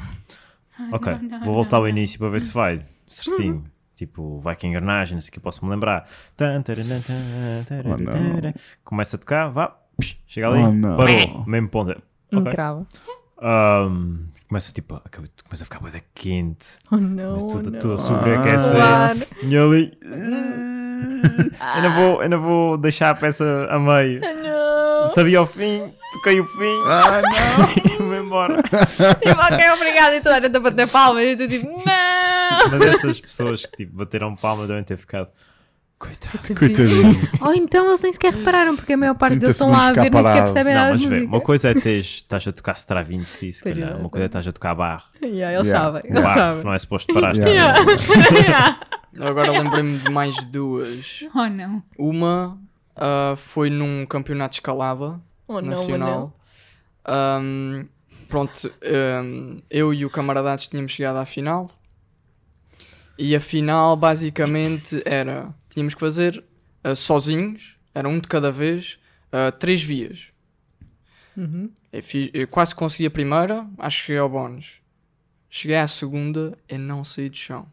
Speaker 4: ok,
Speaker 2: não, não,
Speaker 4: vou voltar ao início para ver se vai. Certinho. Tipo, vai que engrenagem, não sei o que posso me lembrar. Tan, taranã, tan, tarará,
Speaker 1: Oh, não.
Speaker 4: tarará. Começa a tocar, vá, psh, chega ali,
Speaker 1: Oh, não.
Speaker 4: parou, mesmo ponto.
Speaker 3: Um
Speaker 4: Ok.
Speaker 3: cravo.
Speaker 4: Ahm, começa tipo, a- começa a ficar bué da quente.
Speaker 3: Oh não.
Speaker 4: Mas tudo,
Speaker 3: não.
Speaker 4: tudo a
Speaker 1: Ah.
Speaker 4: sobreaquecer. E eu ali. "Ah, Ainda vou, ainda vou deixar a peça a meio.
Speaker 3: Não.
Speaker 4: Sabia o fim, toquei o fim.
Speaker 1: Ah,
Speaker 4: (laughs) e vou embora.
Speaker 3: (laughs) E ok, obrigado. E toda a gente a bater palmas. E tu tipo, não.
Speaker 4: Mas essas pessoas que tipo, bateram palma devem ter ficado. Coitado.
Speaker 1: não. Coitadinho.
Speaker 3: Ou então eles nem sequer repararam, porque a maior parte
Speaker 1: 30
Speaker 3: deles estão lá a
Speaker 1: segundos
Speaker 3: ver, nem sequer
Speaker 1: ficar
Speaker 3: percebem
Speaker 4: Não,
Speaker 3: nada
Speaker 4: mas
Speaker 3: de
Speaker 4: vê,
Speaker 3: música.
Speaker 4: uma coisa é teres, estás a tocar Stravinsky, se calhar.
Speaker 3: Pois é.
Speaker 4: Uma coisa é estás a tocar barro.
Speaker 3: Yeah, eles
Speaker 1: Yeah.
Speaker 3: sabem, eles
Speaker 4: Barro,
Speaker 3: sabem.
Speaker 4: não é suposto parar.
Speaker 1: Yeah.
Speaker 4: Yeah.
Speaker 3: (laughs) Yeah.
Speaker 5: Eu agora lembrei-me de mais duas.
Speaker 2: Oh não.
Speaker 5: Uma ah, foi num campeonato de escalada
Speaker 3: Oh não, oh não.
Speaker 5: nacional. Ahm, pronto, ahm, eu e o camaradados tínhamos chegado à final. E a final basicamente era: tínhamos que fazer ah, sozinhos, era um de cada vez, ah, três vias.
Speaker 3: Uhum.
Speaker 5: Eu, fiz- eu quase consegui a primeira, acho que cheguei ao bónus. Cheguei à segunda e não saí do chão.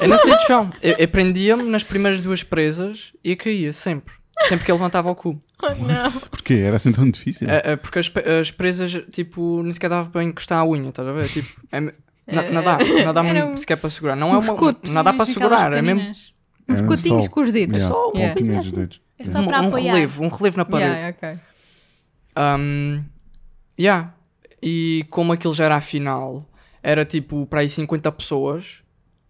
Speaker 5: Eu não saí do chão. Eu, eu prendia-me nas primeiras duas presas e caía sempre. Sempre que eu levantava o cu.
Speaker 3: Oh (laughs) não.
Speaker 1: Porquê? Era assim tão difícil?
Speaker 5: É, é, porque as, pe- as presas, tipo, nem sequer dava para encostar a unha, estás a ver? Tipo, é, me- na-
Speaker 3: É,
Speaker 5: nada,
Speaker 3: é,
Speaker 5: nada
Speaker 3: era um-
Speaker 5: sequer para segurar. Não
Speaker 3: um
Speaker 5: é uma,
Speaker 3: escudo. né?
Speaker 5: não dá para segurar, é mesmo
Speaker 1: Era
Speaker 3: Uns
Speaker 1: só-
Speaker 3: cotinhos com os dedos.
Speaker 1: um Yeah,
Speaker 3: Só um.
Speaker 1: pontinha
Speaker 3: Yeah.
Speaker 1: dos dedos.
Speaker 2: É
Speaker 5: um,
Speaker 2: só para
Speaker 5: um
Speaker 2: apoiar.
Speaker 5: relevo, um relevo na parede.
Speaker 3: Yeah, ok.
Speaker 5: Um, yeah. E como aquilo já era a final, era tipo para aí 50 pessoas,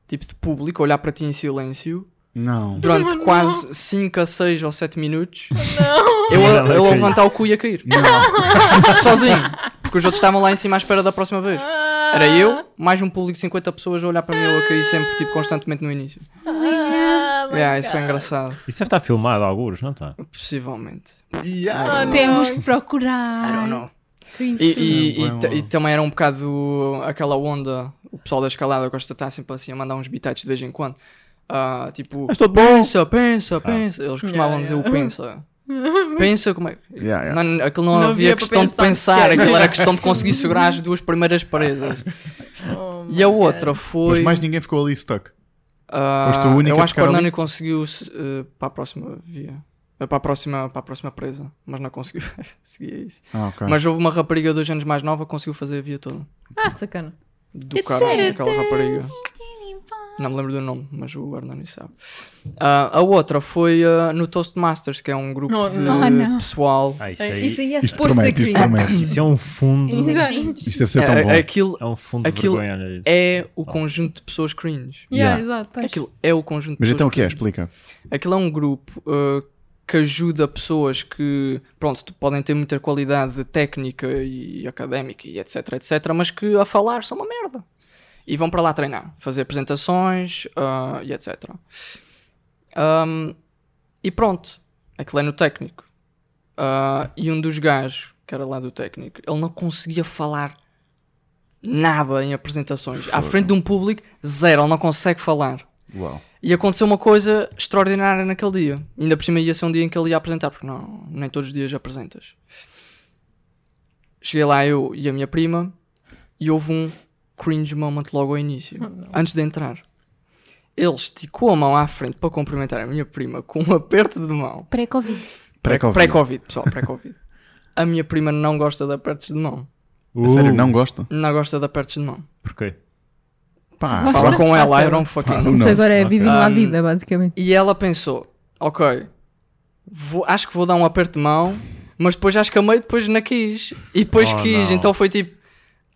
Speaker 5: tipo de público, a olhar para ti em silêncio,
Speaker 1: Não.
Speaker 5: durante
Speaker 3: não.
Speaker 5: quase 5 a 6 ou 7 minutos. Eu, a-
Speaker 4: Ela
Speaker 5: eu a
Speaker 4: caiu.
Speaker 5: levantar o cu e a cair.
Speaker 1: (laughs)
Speaker 5: Sozinho. Porque os outros estavam lá em cima à espera da próxima vez. Era eu, mais um público de 50 pessoas a olhar para mim eu a cair sempre, tipo, constantemente no início.
Speaker 3: Ah, my
Speaker 5: Yeah, isso foi
Speaker 3: God.
Speaker 5: engraçado.
Speaker 4: Isso deve estar filmado, alguns, não está?
Speaker 1: Tá
Speaker 5: Possivelmente.
Speaker 1: Yeah.
Speaker 2: Temos que
Speaker 5: I don't
Speaker 2: procurar.
Speaker 5: know.
Speaker 3: Cringe.
Speaker 5: E, e-
Speaker 1: Sim,
Speaker 5: e
Speaker 1: bem
Speaker 5: ta-
Speaker 1: é bom.
Speaker 5: e também era um bocado aquela onda, o pessoal da escalada gosta de estar sempre assim a mandar uns bitites de vez em quando. Ah, tipo,
Speaker 4: estou
Speaker 5: pensa, pensa, pensa. Eles costumavam
Speaker 3: Yeah,
Speaker 5: dizer
Speaker 3: (laughs)
Speaker 5: o pensa. Pensa como é.
Speaker 1: Yeah, yeah.
Speaker 5: Não, aquilo não,
Speaker 3: Não
Speaker 5: havia
Speaker 3: havia para
Speaker 5: questão de
Speaker 3: pensar.
Speaker 5: pensar,
Speaker 3: Yeah.
Speaker 5: aquilo era questão de conseguir segurar as duas
Speaker 3: (laughs)
Speaker 5: primeiras presas.
Speaker 3: Oh my
Speaker 5: E a
Speaker 3: God.
Speaker 5: outra
Speaker 1: Mas
Speaker 5: foi.
Speaker 1: mais ninguém ficou ali stuck.
Speaker 5: ah,
Speaker 1: foste a única
Speaker 5: eu
Speaker 1: a
Speaker 5: acho que
Speaker 1: ficar
Speaker 5: o
Speaker 1: ali?
Speaker 5: Hernani conseguiu se- eh, para a próxima via. Eh, Para a próxima, para a próxima presa, mas não conseguiu (laughs) seguir isso.
Speaker 1: Ah, ok.
Speaker 5: Mas houve uma rapariga dois anos mais nova que conseguiu fazer a via toda.
Speaker 3: Ah, sacana.
Speaker 5: Do caralho, aquela rapariga. Não me lembro do nome, mas o Hernani sabe. Ah, a outra foi ah, no Toastmasters, que é um grupo
Speaker 3: Oh,
Speaker 5: de
Speaker 3: não.
Speaker 2: Oh, não.
Speaker 5: pessoal.
Speaker 4: Ah, isso aí.
Speaker 3: Isso
Speaker 4: Isso,
Speaker 3: aí é
Speaker 1: Isto
Speaker 3: suposto ser
Speaker 1: promete, isto
Speaker 3: cringe.
Speaker 1: promete.
Speaker 4: é um fundo.
Speaker 3: Exato.
Speaker 1: Isto deve ser tão
Speaker 5: É-
Speaker 1: bom.
Speaker 5: é- aquilo
Speaker 4: É um fundo
Speaker 5: Aquilo
Speaker 4: de vergonha. olha isso.
Speaker 5: é o
Speaker 4: Só.
Speaker 5: conjunto de pessoas cringe.
Speaker 3: Yeah,
Speaker 1: Yeah.
Speaker 3: exato.
Speaker 5: Aquilo é o conjunto
Speaker 1: Mas
Speaker 5: de
Speaker 1: então
Speaker 5: pessoas
Speaker 1: o que é?
Speaker 5: cringe.
Speaker 1: Explica.
Speaker 5: Aquilo é um grupo uh, que ajuda pessoas que, pronto, t- podem ter muita qualidade técnica e académica e etc, etc, mas que a falar são uma merda. E vão para lá treinar, fazer apresentações ah, e etc. Ahm, e pronto, aquilo é no técnico. Ah, e um dos gajos, que era lá do técnico, ele não conseguia falar nada em apresentações. À frente de um público, zero, ele não consegue falar.
Speaker 1: Uau.
Speaker 5: E aconteceu uma coisa extraordinária naquele dia. Ainda por cima ia ser um dia em que ele ia apresentar, porque não, nem todos os dias apresentas. Cheguei lá eu e a minha prima e houve um cringe moment logo ao início, antes de entrar. Ele esticou a mão à frente para cumprimentar a minha prima com um aperto de mão.
Speaker 2: Pré-Covid.
Speaker 1: Pré-Covid.
Speaker 5: Pré-Covid, pessoal, pré-Covid. a minha prima não gosta de apertos de mão.
Speaker 1: A Sério, não gosta?
Speaker 5: Não gosta de apertos de mão.
Speaker 4: Porquê?
Speaker 1: Pá.
Speaker 3: Gosto.
Speaker 5: Fala com (laughs)
Speaker 3: Ah,
Speaker 5: ela, I
Speaker 3: sabe.
Speaker 5: don't fucking
Speaker 1: Ah,
Speaker 5: know.
Speaker 3: Um,
Speaker 1: não.
Speaker 3: Isso agora é vivendo a
Speaker 5: Um,
Speaker 3: vida, basicamente.
Speaker 5: E ela pensou: ok, vou- acho que vou dar um aperto de mão, mas depois acho que amei, depois não quis. E depois
Speaker 4: Oh,
Speaker 5: quis,
Speaker 4: não.
Speaker 5: então foi tipo.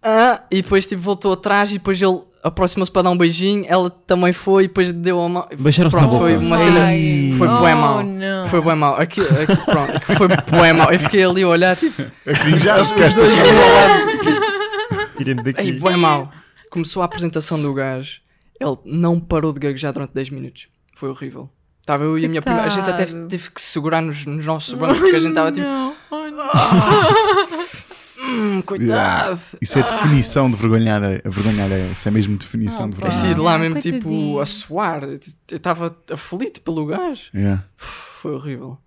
Speaker 5: Ah, e depois tipo voltou atrás e depois ele aproximou-se para dar um beijinho, ela também foi e depois deu a mão.
Speaker 4: Beijaram-se na
Speaker 5: Pronto,
Speaker 4: boca.
Speaker 5: foi uma cena.
Speaker 3: Ai.
Speaker 5: Foi bué mau.
Speaker 3: Oh, não.
Speaker 5: Foi bem mal. Aqui, aqui- pronto, aqui foi bem mal. Eu fiquei ali a olhar, tipo,
Speaker 1: A cringear os
Speaker 5: os dois
Speaker 1: costas.
Speaker 5: ali ao lado.
Speaker 4: Tirem-me daqui.
Speaker 5: Ei, bem mal. Começou a apresentação do gajo. Ele não parou de gaguejar durante 10 minutos. Foi horrível. Estava eu e a minha prima. A gente até
Speaker 3: Coitado.
Speaker 5: teve que segurar nos, nos nossos bancos, porque a gente estava tipo, Ah.
Speaker 3: Não. Oh, não.
Speaker 1: (laughs)
Speaker 5: hum, coitado.
Speaker 1: Isso é definição de vergonhar a vergonhar é. Isso é mesmo definição de
Speaker 3: Opa.
Speaker 5: Eu saí de
Speaker 1: vergonhar.
Speaker 5: lá
Speaker 2: Ah,
Speaker 5: mesmo,
Speaker 2: coitadinho.
Speaker 5: tipo, a suar. Eu estava aflito pelo gajo.
Speaker 1: Yeah.
Speaker 5: Foi horrível.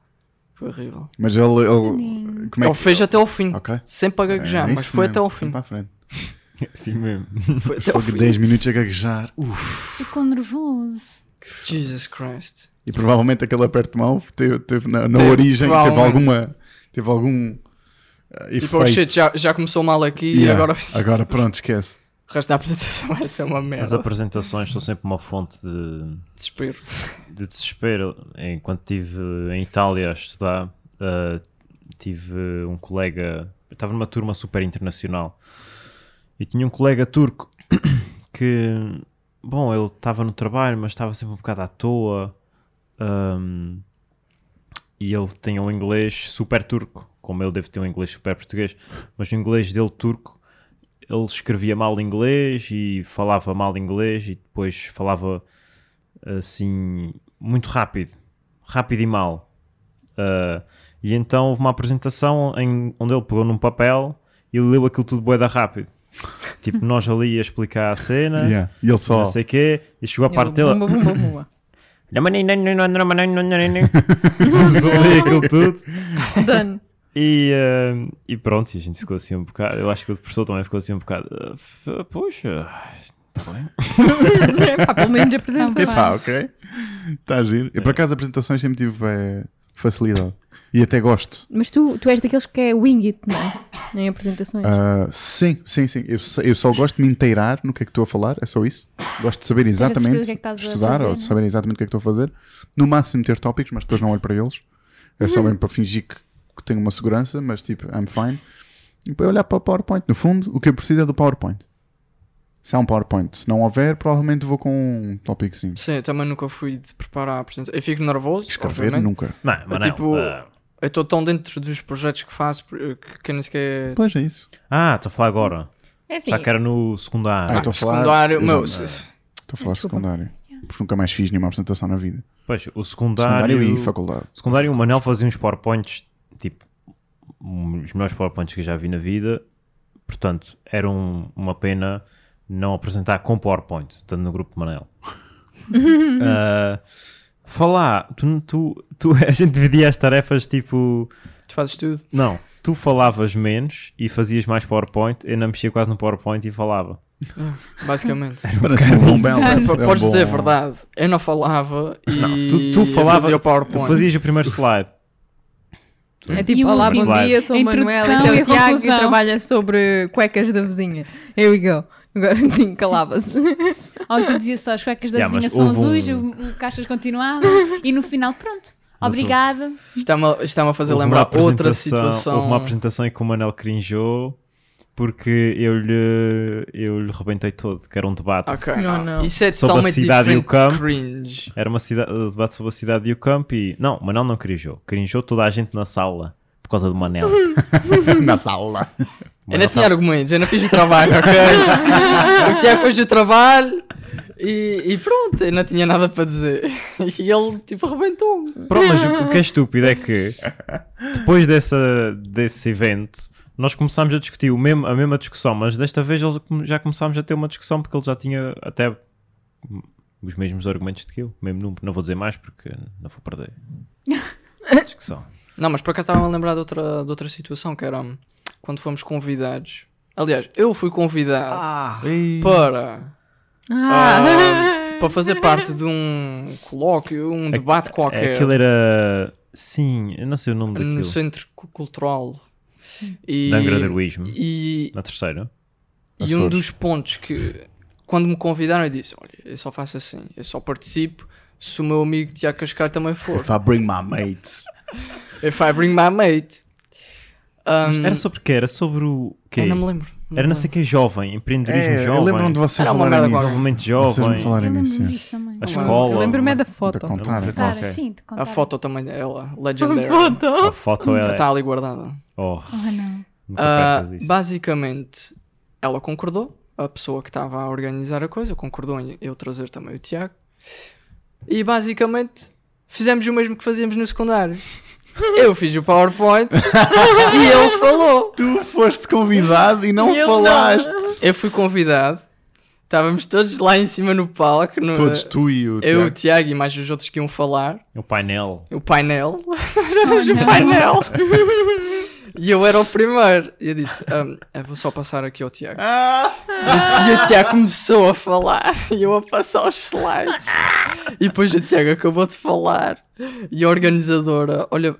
Speaker 5: Foi horrível.
Speaker 1: Mas ele. ele
Speaker 2: Tadinho.
Speaker 1: como é
Speaker 5: Ele
Speaker 1: que.
Speaker 5: fez até ao fim.
Speaker 1: Ok.
Speaker 5: Sempre a gaguejar,
Speaker 1: É
Speaker 5: mas
Speaker 1: isso
Speaker 5: foi
Speaker 1: mesmo,
Speaker 5: até ao
Speaker 1: sempre
Speaker 5: fim.
Speaker 1: Para a frente.
Speaker 4: Sim mesmo.
Speaker 5: Foi até ao
Speaker 1: Fogo
Speaker 5: fim.
Speaker 1: de 10 minutos a gaguejar. Uh,
Speaker 2: Ficou nervoso.
Speaker 5: Jesus Christ.
Speaker 1: E provavelmente aquele aperto de mão teve, teve na, na
Speaker 5: Teve,
Speaker 1: origem, teve
Speaker 5: provavelmente.
Speaker 1: alguma. Teve algum. uh,
Speaker 5: Tipo, oh
Speaker 1: efeito.
Speaker 5: shit, já, já começou mal aqui e
Speaker 1: Yeah.
Speaker 5: agora...
Speaker 1: (laughs) Agora pronto, esquece.
Speaker 5: O resto da apresentação vai ser uma merda.
Speaker 4: As apresentações são sempre uma fonte de,
Speaker 5: Desespero.
Speaker 4: de desespero. Enquanto estive em Itália a estudar, ah, tive um colega. Eu estava numa turma super internacional e tinha um colega turco (coughs) que, bom, ele estava no trabalho, mas estava sempre um bocado à toa. ahm, e ele tem um inglês super turco, como eu devo ter um inglês super português, mas o inglês dele turco, ele escrevia mal inglês e falava mal inglês e depois falava assim muito rápido, rápido e mal. Ah, e então houve uma apresentação em, onde ele pegou num papel e leu aquilo tudo boeda rápido. Tipo, nós ali a explicar a
Speaker 5: Ah.
Speaker 4: cena,
Speaker 1: (laughs) Yeah. E ele só.
Speaker 4: não sei o quê, e chegou a parte dele,
Speaker 3: Bumba, bumba, bumba.
Speaker 4: (laughs) começou a ler aquilo tudo.
Speaker 1: (laughs)
Speaker 3: Done. (laughs)
Speaker 4: E, eh, e pronto, e a gente ficou assim um bocado. Eu acho que o professor também ficou assim um bocado. "Ah, f- Poxa, está bem.
Speaker 3: Pá, pelo menos
Speaker 1: (laughs)
Speaker 3: apresenta.
Speaker 2: Tá
Speaker 1: Epá, ok. Está a giro. Eu por acaso apresentações sempre tive eh, facilidade. E até gosto.
Speaker 3: Mas tu, tu és daqueles que é wing it, não é? Em apresentações.
Speaker 1: Ah, sim, sim, sim. Eu, se- eu só gosto de me inteirar no que é que estou a falar, é só isso. Gosto de saber
Speaker 2: certeza
Speaker 1: exatamente,
Speaker 2: do que é que estás a
Speaker 1: estudar
Speaker 2: fazer,
Speaker 1: ou
Speaker 2: né?
Speaker 1: de saber exatamente o que é que estou a fazer. No máximo ter tópicos, mas depois não olho para eles. É
Speaker 2: Hum.
Speaker 1: só mesmo para fingir que, que tenho uma segurança, mas tipo, I'm fine. E para olhar para o PowerPoint. No fundo, o que eu preciso é do PowerPoint. Se há um PowerPoint, se não houver, provavelmente vou com um tópico sim.
Speaker 5: Sim, eu também nunca fui de preparar a apresentação. Eu fico nervoso,
Speaker 1: Escrever
Speaker 5: obviamente.
Speaker 1: nunca.
Speaker 4: Não, mas não.
Speaker 5: tipo-
Speaker 4: ah,
Speaker 5: Eu estou tão dentro dos projetos que faço eh, que, que nem sequer...
Speaker 1: Pois é isso.
Speaker 4: Ah, estou a falar agora.
Speaker 3: é assim.
Speaker 4: Já que era no
Speaker 1: Ah,
Speaker 4: secundário.
Speaker 1: estou a falar-
Speaker 5: secundário...
Speaker 1: eu
Speaker 5: Meu,
Speaker 1: já-
Speaker 5: se- se-
Speaker 1: Estou a falar
Speaker 3: Desculpa.
Speaker 1: secundário. Porque nunca mais fiz nenhuma apresentação na vida.
Speaker 4: Pois, o
Speaker 1: Secundário,
Speaker 4: secundário.
Speaker 1: e faculdade.
Speaker 4: secundário, o Manel fazia um uns PowerPoints, tipo, um- os melhores PowerPoints que eu já vi na vida. Portanto, era um- uma pena não apresentar com PowerPoint, estando no grupo de Manel. Ah, falar, tu, tu, tu, (laughs) a gente dividia as tarefas tipo.
Speaker 5: tu fazes tudo.
Speaker 4: Não, tu falavas menos e fazias mais PowerPoint, eu não mexia quase no PowerPoint e falava.
Speaker 5: Basicamente.
Speaker 1: (laughs) Parece um bom balance.
Speaker 5: P-
Speaker 1: É um
Speaker 5: Podes
Speaker 1: bom-
Speaker 5: dizer a verdade. Eu não falava e
Speaker 4: tu- tu
Speaker 5: eu
Speaker 4: falava-
Speaker 5: fazia o
Speaker 4: Tu
Speaker 5: PowerPoint.
Speaker 4: fazias o primeiro slide.
Speaker 3: É
Speaker 2: E
Speaker 3: tipo,
Speaker 2: o
Speaker 3: olá, bom
Speaker 4: último?
Speaker 3: dia, sou
Speaker 2: A
Speaker 3: o Manuel,
Speaker 2: introdução
Speaker 3: este é
Speaker 2: e
Speaker 3: o
Speaker 2: a
Speaker 3: Tiago e
Speaker 2: conclusão.
Speaker 3: trabalha sobre cuecas da vizinha. Here we go. Agora (laughs) sim, calava-se.
Speaker 2: Ou então dizia só as cuecas da
Speaker 4: Yeah, mas
Speaker 2: vizinha são
Speaker 4: houve um-
Speaker 2: azuis, o, o Caixas continuava e no final, pronto.
Speaker 4: Mas
Speaker 2: Obrigada.
Speaker 5: Isto-me a- Isto-me a fazer
Speaker 4: Houve uma
Speaker 5: lembrar outra
Speaker 4: apresentação-
Speaker 5: situação.
Speaker 4: Houve uma apresentação em que o Manel crinjou porque eu lhe, eu lhe rebentei todo, que era um debate.
Speaker 5: Ok.
Speaker 3: Não, não.
Speaker 5: Isso é
Speaker 4: Sobre a
Speaker 5: totalmente
Speaker 4: cidade e o
Speaker 5: diferente de
Speaker 4: campo.
Speaker 5: cringe.
Speaker 4: Era uma cida- um debate sobre a cidade e o campo e... Não, o Manel não crinjou. Crinjou toda a gente na sala por causa do Manel. O
Speaker 1: (laughs) na sala.
Speaker 5: Eu não
Speaker 4: Manel
Speaker 5: tinha argumentos, eu não fiz o trabalho,
Speaker 4: (laughs)
Speaker 5: ok? o Tiago fez o trabalho e, e pronto, eu não tinha nada para dizer. (laughs) E ele tipo arrebentou-me.
Speaker 4: Pronto, mas o o que é estúpido é que depois dessa, desse evento nós começámos a discutir o mesmo, a mesma discussão, mas desta vez ele come- já começámos a ter uma discussão porque ele já tinha até hum, os mesmos argumentos de que eu, o mesmo número. Não vou dizer mais porque não vou perder a
Speaker 5: (laughs)
Speaker 4: discussão.
Speaker 5: Não, mas por acaso estava-me a lembrar de outra, de outra situação que era hum, quando fomos convidados. Aliás, eu fui convidado
Speaker 4: Ah.
Speaker 5: para,
Speaker 3: Ah.
Speaker 5: (laughs) para fazer parte de um colóquio, um debate
Speaker 4: É,
Speaker 5: qualquer
Speaker 4: aquilo era. Sim, eu não sei o nome
Speaker 5: no
Speaker 4: daquilo.
Speaker 5: centro cu- cultural. E,
Speaker 4: Da Angra do Heroísmo.
Speaker 5: e,
Speaker 4: Na terceira.
Speaker 5: E um
Speaker 1: Açores.
Speaker 5: dos pontos que, quando me convidaram, eu disse: Olha, eu só faço assim, eu só participo se o meu amigo Tiago Cascalho também for.
Speaker 1: If I bring my mates,
Speaker 5: If I bring my mate. Um,
Speaker 4: Era sobre quê? Era sobre o quê?
Speaker 5: eu não me lembro.
Speaker 4: Era não sei o quê jovem, empreendedorismo
Speaker 1: É, eu
Speaker 4: jovem.
Speaker 1: lembro-me de vocês
Speaker 5: Era uma
Speaker 1: falarem
Speaker 5: merda
Speaker 1: nisso.
Speaker 4: Desenvolvimento
Speaker 1: Vocês me
Speaker 4: jovem.
Speaker 1: falarem
Speaker 2: Eu
Speaker 1: nisso.
Speaker 2: lembro-me
Speaker 1: sim.
Speaker 2: disso também.
Speaker 4: A
Speaker 5: Não,
Speaker 4: escola.
Speaker 3: Eu lembro-me é da foto.
Speaker 1: Da
Speaker 3: (laughs)
Speaker 1: conta.
Speaker 4: Não sei
Speaker 1: Contar, né?
Speaker 4: qual
Speaker 2: Contar,
Speaker 4: que é.
Speaker 2: sim, de contar.
Speaker 5: A foto também, ela,
Speaker 3: A
Speaker 5: legendary.
Speaker 4: A
Speaker 3: foto.
Speaker 4: (laughs) foto é.
Speaker 5: Está ali guardada.
Speaker 4: Oh,
Speaker 2: Ah, não.
Speaker 4: nunca
Speaker 5: Ah,
Speaker 4: percas isso.
Speaker 5: basicamente, ela concordou, a pessoa que estava a organizar a coisa concordou em eu trazer também o Tiago. E basicamente fizemos o mesmo que fazíamos no secundário. Eu fiz o PowerPoint e ele falou.
Speaker 1: Tu foste convidado e não
Speaker 3: E eu
Speaker 1: falaste.
Speaker 5: Eu fui convidado, estávamos todos lá em cima no palco. no-
Speaker 1: Todos tu e o
Speaker 5: eu, o
Speaker 1: Tiago.
Speaker 5: Tiago e mais os outros que iam falar.
Speaker 4: O painel.
Speaker 5: (laughs) O painel.
Speaker 2: não.
Speaker 5: (laughs) painel. e eu era o primeiro. E eu disse: "Ahm, eu vou só passar aqui ao Tiago.
Speaker 1: Ah,
Speaker 5: E o Tiago começou a falar e eu a passar os slides. E depois o Tiago acabou de falar e a organizadora, olha,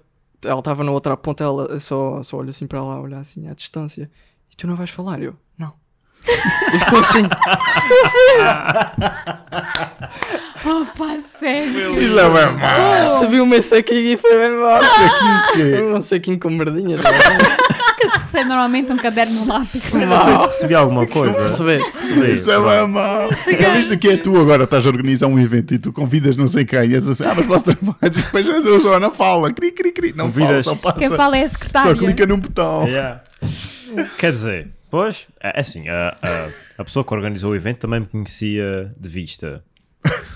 Speaker 5: ela estava na outra ponta, ela eu só, só olha assim para ela, olha assim à distância. E tu não vais falar? Eu, não. E ficou (laughs) assim.
Speaker 2: Opa, sério.
Speaker 1: isso é bem mau.
Speaker 5: Recebi uma saquinha e foi embora.
Speaker 1: Aqui
Speaker 5: Um saquinho com merdinha. não
Speaker 2: Recebe normalmente um caderno, um lápis.
Speaker 5: é?
Speaker 4: Não sei se recebi alguma coisa.
Speaker 5: Recebeste.
Speaker 1: que- Isso é bem mau. Já viste o que é tu agora? Estás a organizar um evento e tu convidas não sei quem. E és assim, ah, mas posso trabalhar? (laughs) Depois és eu só, não fala. Cri, cri, cri. Não
Speaker 4: Convidas-
Speaker 1: fala, só
Speaker 2: Quem
Speaker 1: passa.
Speaker 2: fala é a secretária.
Speaker 1: Só clica num botão.
Speaker 4: Yeah. Quer dizer, pois, é assim, a, a, a pessoa que organizou o evento também me conhecia de vista.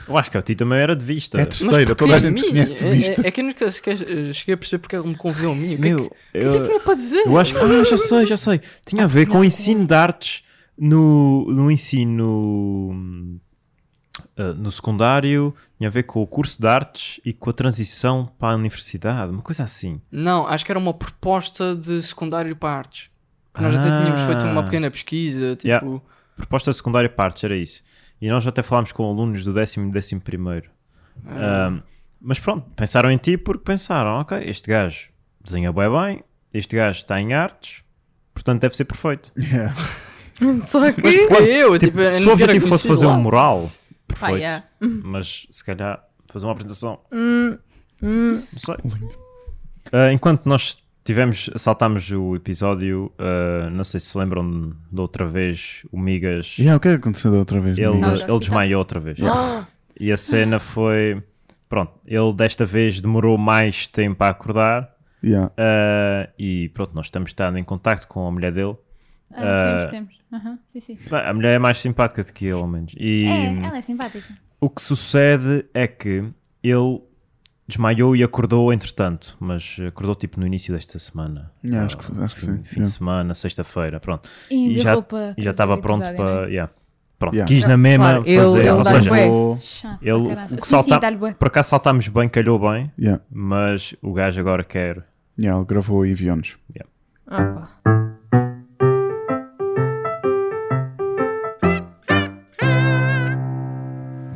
Speaker 4: Eu acho que a ti também era de vista.
Speaker 1: É terceira, toda a gente se conhece de vista.
Speaker 5: É, é, é que eu nunca sequer, eh, cheguei a perceber porque ele me convidou a mim. O que é que-
Speaker 4: Meu, eu,
Speaker 5: o que é que tinha para dizer?
Speaker 4: eu acho que. Ah, já sei, já sei. Tinha a ver com o ensino de artes no, no ensino. hum, ah, no secundário, tinha a ver com o curso de artes e com a transição para a universidade, uma coisa assim.
Speaker 5: Não, acho que era uma proposta de secundário para artes. Nós até tínhamos
Speaker 4: Ah.
Speaker 5: feito uma pequena pesquisa, tipo,
Speaker 4: Yeah. Proposta de secundária partes, era isso. E nós até falámos com alunos do décimo e décimo primeiro. Ahm, mas pronto, pensaram em ti porque pensaram, ok, este gajo desenha bem bem, este gajo está em artes, portanto deve ser perfeito.
Speaker 1: Yeah.
Speaker 3: Só que.
Speaker 5: Quando- eu,
Speaker 4: tipo,
Speaker 5: tipo, eu nem
Speaker 4: se o
Speaker 5: sequer
Speaker 4: objetivo fosse
Speaker 5: conheci
Speaker 4: fazer
Speaker 5: lá.
Speaker 4: um mural, perfeito.
Speaker 3: yeah.
Speaker 4: Mas se calhar fazer uma apresentação,
Speaker 3: Hum, hum.
Speaker 4: não sei. Ah, enquanto nós tivemos, saltámos o episódio, ah, não sei se se lembram da outra vez, o Migas...
Speaker 1: Yeah, o que é que aconteceu da outra vez?
Speaker 4: Ele,
Speaker 3: Ah, já
Speaker 4: ele
Speaker 3: fica.
Speaker 4: desmaiou outra vez. E a cena foi. Pronto, ele desta vez demorou mais tempo a acordar.
Speaker 1: Yeah.
Speaker 4: ah, e pronto, nós estamos estando em contacto com a mulher dele.
Speaker 2: Ah,
Speaker 4: Ah.
Speaker 2: temos, temos. Aham, sim, sim.
Speaker 4: Bem, A mulher é mais simpática do que ele, ao menos. E
Speaker 2: É, ela é simpática.
Speaker 4: o que sucede é que ele desmaiou e acordou entretanto, mas acordou tipo no início desta semana.
Speaker 1: Yeah, É, acho que- acho que
Speaker 4: fim,
Speaker 1: sim,
Speaker 4: fim de
Speaker 1: yeah.
Speaker 4: semana, sexta-feira, pronto.
Speaker 2: E, ainda
Speaker 4: já-
Speaker 2: vou para
Speaker 4: E já
Speaker 2: trazer
Speaker 4: estava
Speaker 2: o
Speaker 4: pronto
Speaker 2: episódio,
Speaker 4: para.
Speaker 2: né?
Speaker 4: yeah. Pronto,
Speaker 1: Yeah.
Speaker 4: quis na mesma
Speaker 3: Claro, ele-
Speaker 4: fazer.
Speaker 3: ele
Speaker 4: ou
Speaker 3: dá
Speaker 4: seja,
Speaker 3: bué.
Speaker 1: vou-
Speaker 2: Chato,
Speaker 4: Ele- o
Speaker 2: caraças.
Speaker 4: que tá-
Speaker 2: Sim,
Speaker 4: salta-
Speaker 2: sim, dá-lhe bué.
Speaker 4: por acaso saltámos bem, calhou bem.
Speaker 1: Yeah.
Speaker 4: mas o gajo agora quer.
Speaker 1: Yeah, ele gravou e enviou-nos.
Speaker 3: Opa.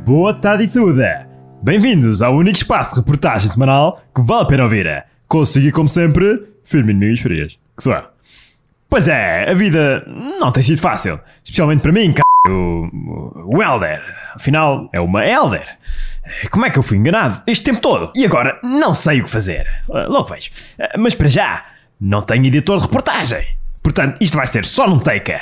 Speaker 4: Boa tarde, Suda! Bem-vindos ao único espaço de reportagem semanal que vale a pena ouvir. Consegui, como sempre, firme minhas frias. Que sou eu. Pois é, a vida não tem sido fácil. Especialmente para mim, c... O, o Elder. Afinal, é uma Elder. Como é que eu fui enganado este tempo todo? E agora não sei o que fazer. Ah, Logo vejo. Ah, Mas para já, não tenho editor de reportagem. Portanto, isto vai ser só num take. (laughs)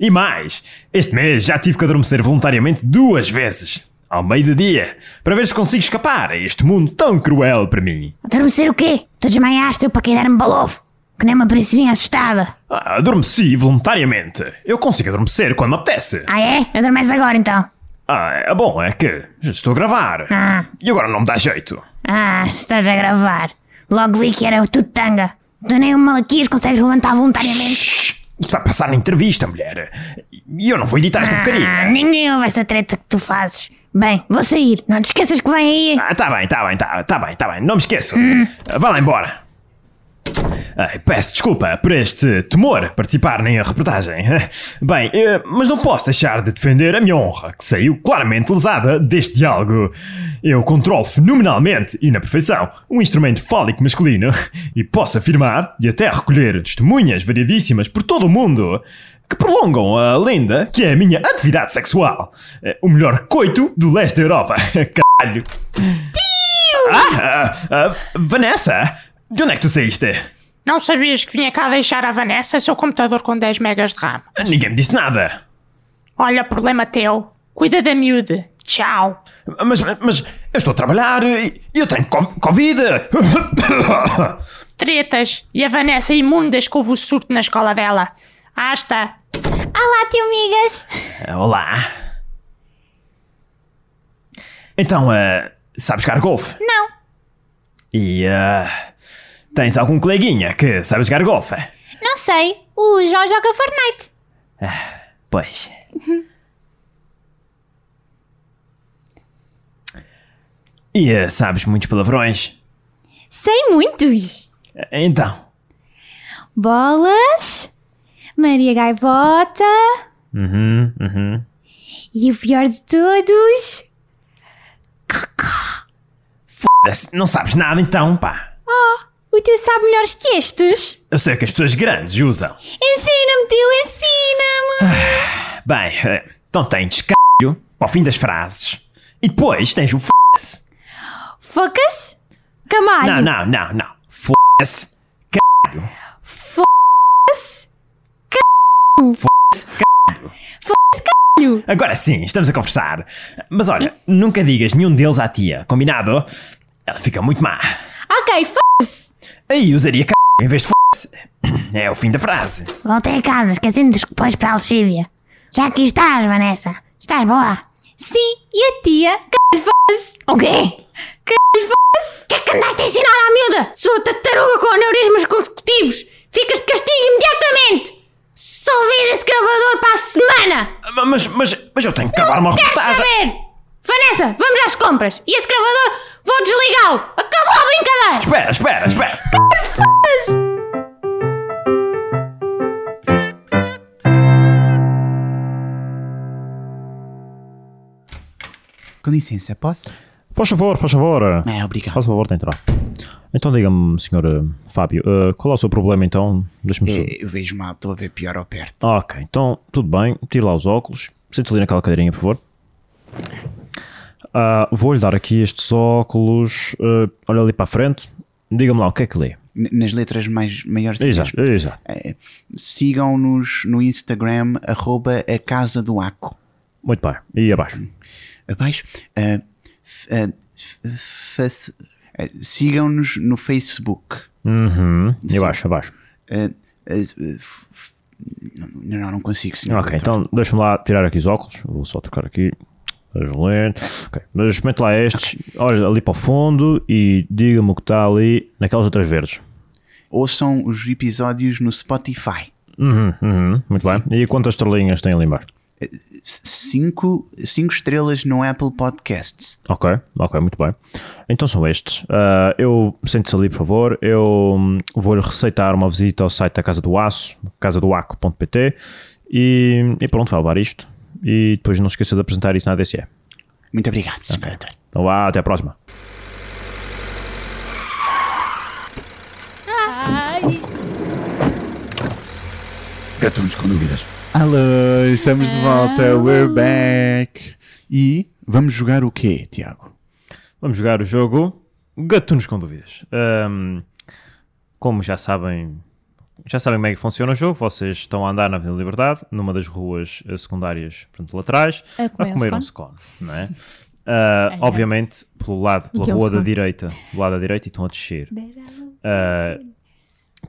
Speaker 4: E mais, este mês já tive que adormecer voluntariamente duas vezes. Ao meio do dia, para ver se consigo escapar a este mundo tão cruel para mim.
Speaker 6: Adormecer o quê? Tu desmaiaste eu para quedar-me balovo. um Que nem uma princesinha assustada.
Speaker 4: Ah, Adormeci voluntariamente. Eu consigo adormecer quando me apetece.
Speaker 6: Ah é? Adormece agora então.
Speaker 4: Ah, é bom, é que já estou a gravar.
Speaker 6: Ah,
Speaker 4: E agora não me dá jeito.
Speaker 6: ah, estás a gravar. Logo vi que era tudo tanga. Tu é nem uma malaquias consegues levantar voluntariamente.
Speaker 4: Shhh, Isto vai passar na entrevista, mulher. E eu não vou editar esta
Speaker 6: Ah,
Speaker 4: porcaria.
Speaker 6: ninguém ouve essa treta que tu fazes. Bem, vou sair. Não te esqueças que vem aí.
Speaker 4: Ah, tá bem, tá bem, tá, tá bem, tá bem. Não me esqueço. Ah, Vá lá embora. Ai, peço desculpa por este temor a participar na reportagem. (laughs) Bem, eh, mas não posso deixar de defender a minha honra, que saiu claramente lesada deste diálogo. Eu controlo fenomenalmente e na perfeição um instrumento fálico masculino (laughs) e posso afirmar, e até recolher testemunhas variedíssimas por todo o mundo, que prolongam a lenda que é a minha (laughs) atividade sexual. Eh, O melhor coito do leste da Europa. Caralho! Ah, ah, Vanessa, de onde é que tu saíste?
Speaker 7: Não sabias que vinha cá deixar a Vanessa seu computador com 10 megas de RAM?
Speaker 4: Ninguém me disse nada.
Speaker 7: Olha, problema teu. Cuida da miúde. Tchau.
Speaker 4: Mas, mas eu estou a trabalhar e eu tenho co- Covid.
Speaker 7: Tretas. E a Vanessa imundas que houve o surto na escola dela. Asta.
Speaker 6: Olá, Ah, tio Migas!
Speaker 4: Ah, Olá. Então, ah, sabes jogar golfe?
Speaker 6: Não,
Speaker 4: E ah, tens algum coleguinha que sabe jogar golfe?
Speaker 6: não sei. O João joga Fortnite.
Speaker 4: Pois. E eh, sabes muitos palavrões?
Speaker 6: Sei muitos.
Speaker 4: Então.
Speaker 6: Bolas, Maria Gaivota
Speaker 4: Uhum, uhum.
Speaker 6: e o pior de todos.
Speaker 4: Foda-se, Não sabes nada então, pá.
Speaker 6: O teu sabe melhores que estes?
Speaker 4: Eu sei que as pessoas grandes usam.
Speaker 6: Ensina-me, tio, ensina-me!
Speaker 4: Bem, eh, então tens c******, ao fim das frases. E depois tens o f***se.
Speaker 6: Focas?
Speaker 4: Não,
Speaker 6: Camalho!
Speaker 4: não, não, não. F***se. Caralho.
Speaker 6: Focas?
Speaker 4: F***se. Caralho.
Speaker 6: caralho.
Speaker 4: Agora sim, estamos a conversar. Mas olha, nunca digas nenhum deles à tia, combinado? Ela fica muito má.
Speaker 6: Ok, f.
Speaker 4: Aí usaria c... em vez de f... É o fim da frase.
Speaker 6: Voltei a casa, esquecendo dos cupões para a Alexívia. Já aqui estás, Vanessa. Estás boa? Sim, e a tia? Caralho, f. O quê? Caralho, f. O que é que andaste a ensinar à miúda? Sou tartaruga com aneurismos consecutivos. Ficas de castigo imediatamente. Só vira esse gravador para a semana.
Speaker 4: Ma- Mas, mas, mas eu tenho que acabar uma
Speaker 6: Quero
Speaker 4: reportagem.
Speaker 6: saber? Vanessa, vamos às compras. E esse gravador, vou desligá-lo. Acabou a brincadeira.
Speaker 4: Espera, espera, espera.
Speaker 8: Com licença, posso?
Speaker 4: Faz favor, faz favor.
Speaker 8: É, obrigado.
Speaker 4: Faz favor de entrar. Então diga-me, senhor Fábio, eh, qual é o seu problema então? Deixa-me... só-
Speaker 8: É, eu vejo mal, estou a ver pior ao perto.
Speaker 4: Ok, então, tudo bem. Tire lá os óculos. Sente ali naquela cadeirinha, por favor. Ah, Vou-lhe dar aqui estes óculos. Eh, olha ali para a frente. Diga-me lá, o que é que lê?
Speaker 8: N- nas letras mais maiores e
Speaker 4: Exato,
Speaker 8: menores.
Speaker 4: exato.
Speaker 8: É, Sigam-nos no Instagram, arroba a Casa do Aco.
Speaker 4: Muito bem. E abaixo?
Speaker 8: Abaixo. é, f- é, f- face- é, Sigam-nos no Facebook.
Speaker 4: Uhum. E abaixo, abaixo.
Speaker 8: É, é, f- f- não, não, não consigo, senhor.
Speaker 4: Ok,
Speaker 8: doutor.
Speaker 4: então deixa-me lá tirar aqui os óculos. Vou só trocar aqui. Deixa eu ler. Ok, mas experimente lá estes. Olha ali para o fundo e diga-me o que está ali naquelas outras verdes.
Speaker 8: Ouçam os episódios no Spotify.
Speaker 4: Uhum, uhum, muito bem. E quantas estrelinhas tem ali embaixo?
Speaker 8: Cinco, cinco estrelas no Apple Podcasts.
Speaker 4: Ok, ok, muito bem. Então são estes. Ah, eu sente-se ali, por favor. Eu hum, vou-lhe receitar uma visita ao site da Casa do Aço, casadoaco.pt e, e pronto, vai levar isto. E depois não se esqueça de apresentar isso na ADCE.
Speaker 8: Muito obrigado, senhor. doutor.
Speaker 4: Então vá, até à próxima.
Speaker 1: Gatunos com dúvidas. Alô, estamos de volta. We're back. E vamos jogar o quê, Tiago?
Speaker 4: Vamos jogar o jogo Gatunos com Dúvidas. Ahm, como já sabem, já sabem como é que funciona o jogo, vocês estão a andar na Avenida Liberdade, numa das ruas eh, secundárias, portanto, laterais,
Speaker 2: A comer um
Speaker 4: um scone, não é? Ah, obviamente, pelo lado, pela
Speaker 3: que é um
Speaker 4: rua da
Speaker 3: scone?
Speaker 4: direita, do lado da direita, e estão a descer. Ah,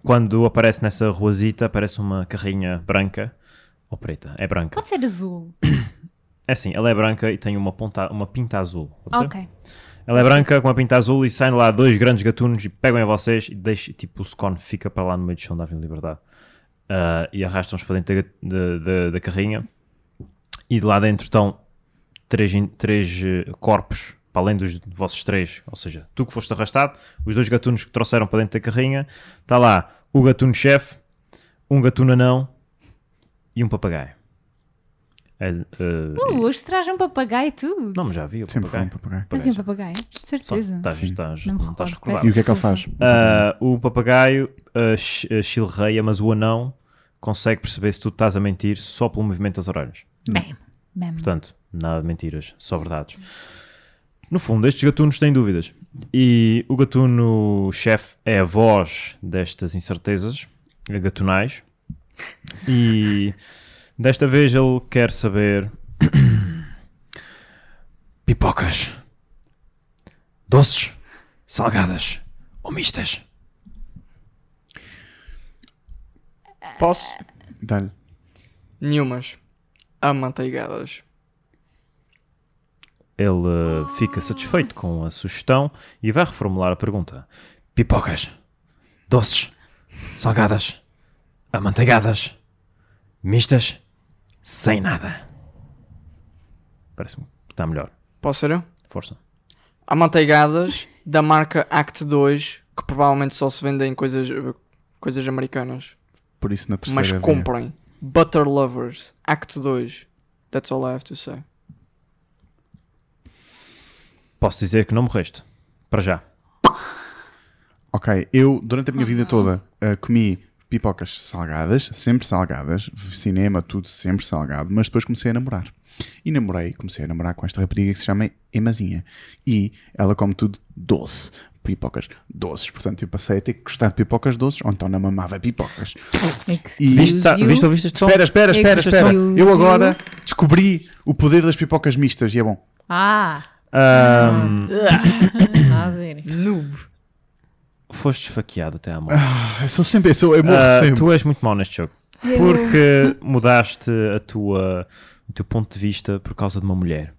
Speaker 4: quando aparece nessa ruazita, aparece uma carrinha branca ou preta, é branca.
Speaker 2: Pode ser azul.
Speaker 4: É assim, ela é branca e tem uma, ponta, uma pinta azul. pode ser?
Speaker 2: Ok.
Speaker 4: Ela é branca com a pinta azul e saem lá dois grandes gatunos e pegam a vocês e deixam, tipo, o scone fica para lá no meio do chão da Avenida Liberdade. Ah, e arrastam-os para dentro da, da- da- da carrinha. E de lá dentro estão três, in- três eh, corpos, para além dos vossos três. Ou seja, tu que foste arrastado, os dois gatunos que trouxeram para dentro da carrinha. Está lá o gatuno-chefe, um gatuno anão e um papagaio. É, eh,
Speaker 2: Uh, hoje traz um papagaio e tudo.
Speaker 4: Não, mas já vi o
Speaker 1: Sempre foi um
Speaker 4: papagaio.
Speaker 1: papagaio.
Speaker 2: Havia um papagaio? De
Speaker 4: Só, tá.
Speaker 2: certeza.
Speaker 4: estás, estás,
Speaker 2: é. Não me
Speaker 4: não estás
Speaker 2: recordo,
Speaker 4: recordado.
Speaker 1: E o que é que ele faz?
Speaker 4: Ah, o papagaio ah, ch- ah, chilreia, mas o anão consegue perceber se tu estás a mentir só pelo movimento das orelhas.
Speaker 2: Bem, bem.
Speaker 4: Portanto, nada de mentiras, só verdades. No fundo, estes gatunos têm dúvidas. E o gatuno-chefe é a voz destas incertezas gatunais. E desta vez ele quer saber. (coughs) Pipocas. Doces. Salgadas. Ou mistas.
Speaker 5: Posso?
Speaker 1: Dá-lhe.
Speaker 5: Nenhumas. Amanteigadas.
Speaker 4: Ele eh, fica satisfeito com a sugestão e vai reformular a pergunta: Pipocas, doces, salgadas, amanteigadas, mistas, sem nada. Parece-me que está melhor.
Speaker 5: Posso ser eu?
Speaker 4: Força.
Speaker 5: Amanteigadas da marca Act 2, que provavelmente só se vendem em coisas, coisas americanas.
Speaker 1: Por isso na terceira
Speaker 5: Mas
Speaker 1: via.
Speaker 5: comprem. Butter Lovers, Act 2. That's all I have to say.
Speaker 4: Posso dizer que não morreste. Para já.
Speaker 1: Ok, eu durante a minha vida toda eh, comi pipocas salgadas, sempre salgadas, cinema, tudo sempre salgado, mas depois comecei a namorar. E namorei, comecei a namorar com esta rapariga que se chama Emazinha. E ela come tudo doce, pipocas doces. Portanto, eu passei a ter que gostar de pipocas doces, ou então não mamava pipocas. E-
Speaker 4: Viste, sa- viste, ouviste este som?
Speaker 1: Espera, espera, espera,
Speaker 3: Excuse
Speaker 1: espera.
Speaker 3: you.
Speaker 1: Eu agora descobri o poder das pipocas mistas e é bom.
Speaker 3: Ah,
Speaker 4: Ahm,
Speaker 3: a ver.
Speaker 4: foste esfaqueado até à morte.
Speaker 1: Eu sou sempre, eu, sou, eu morro
Speaker 4: Ah,
Speaker 1: sempre.
Speaker 4: tu és muito mau neste jogo. Porque mudaste a tua, o teu ponto de vista por causa de uma mulher.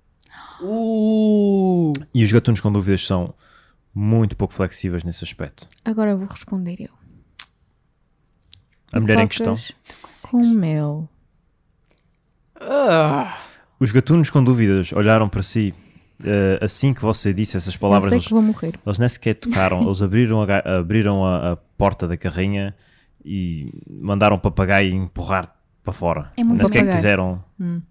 Speaker 4: E os gatunos com dúvidas são muito pouco flexíveis nesse aspecto.
Speaker 3: Agora vou responder eu.
Speaker 4: A mulher em questão.
Speaker 3: Pipocas Com mel.
Speaker 4: Os gatunos com dúvidas olharam para si eh, assim que você disse essas palavras.
Speaker 3: Eu
Speaker 4: Eles,
Speaker 3: sei que vou morrer.
Speaker 4: eles nem sequer tocaram, eles abriram, a, ga- abriram a, a porta da carrinha e mandaram o papagaio empurrar para fora.
Speaker 2: É muito
Speaker 4: nem sequer
Speaker 3: papagaio. Hum.
Speaker 4: quiseram,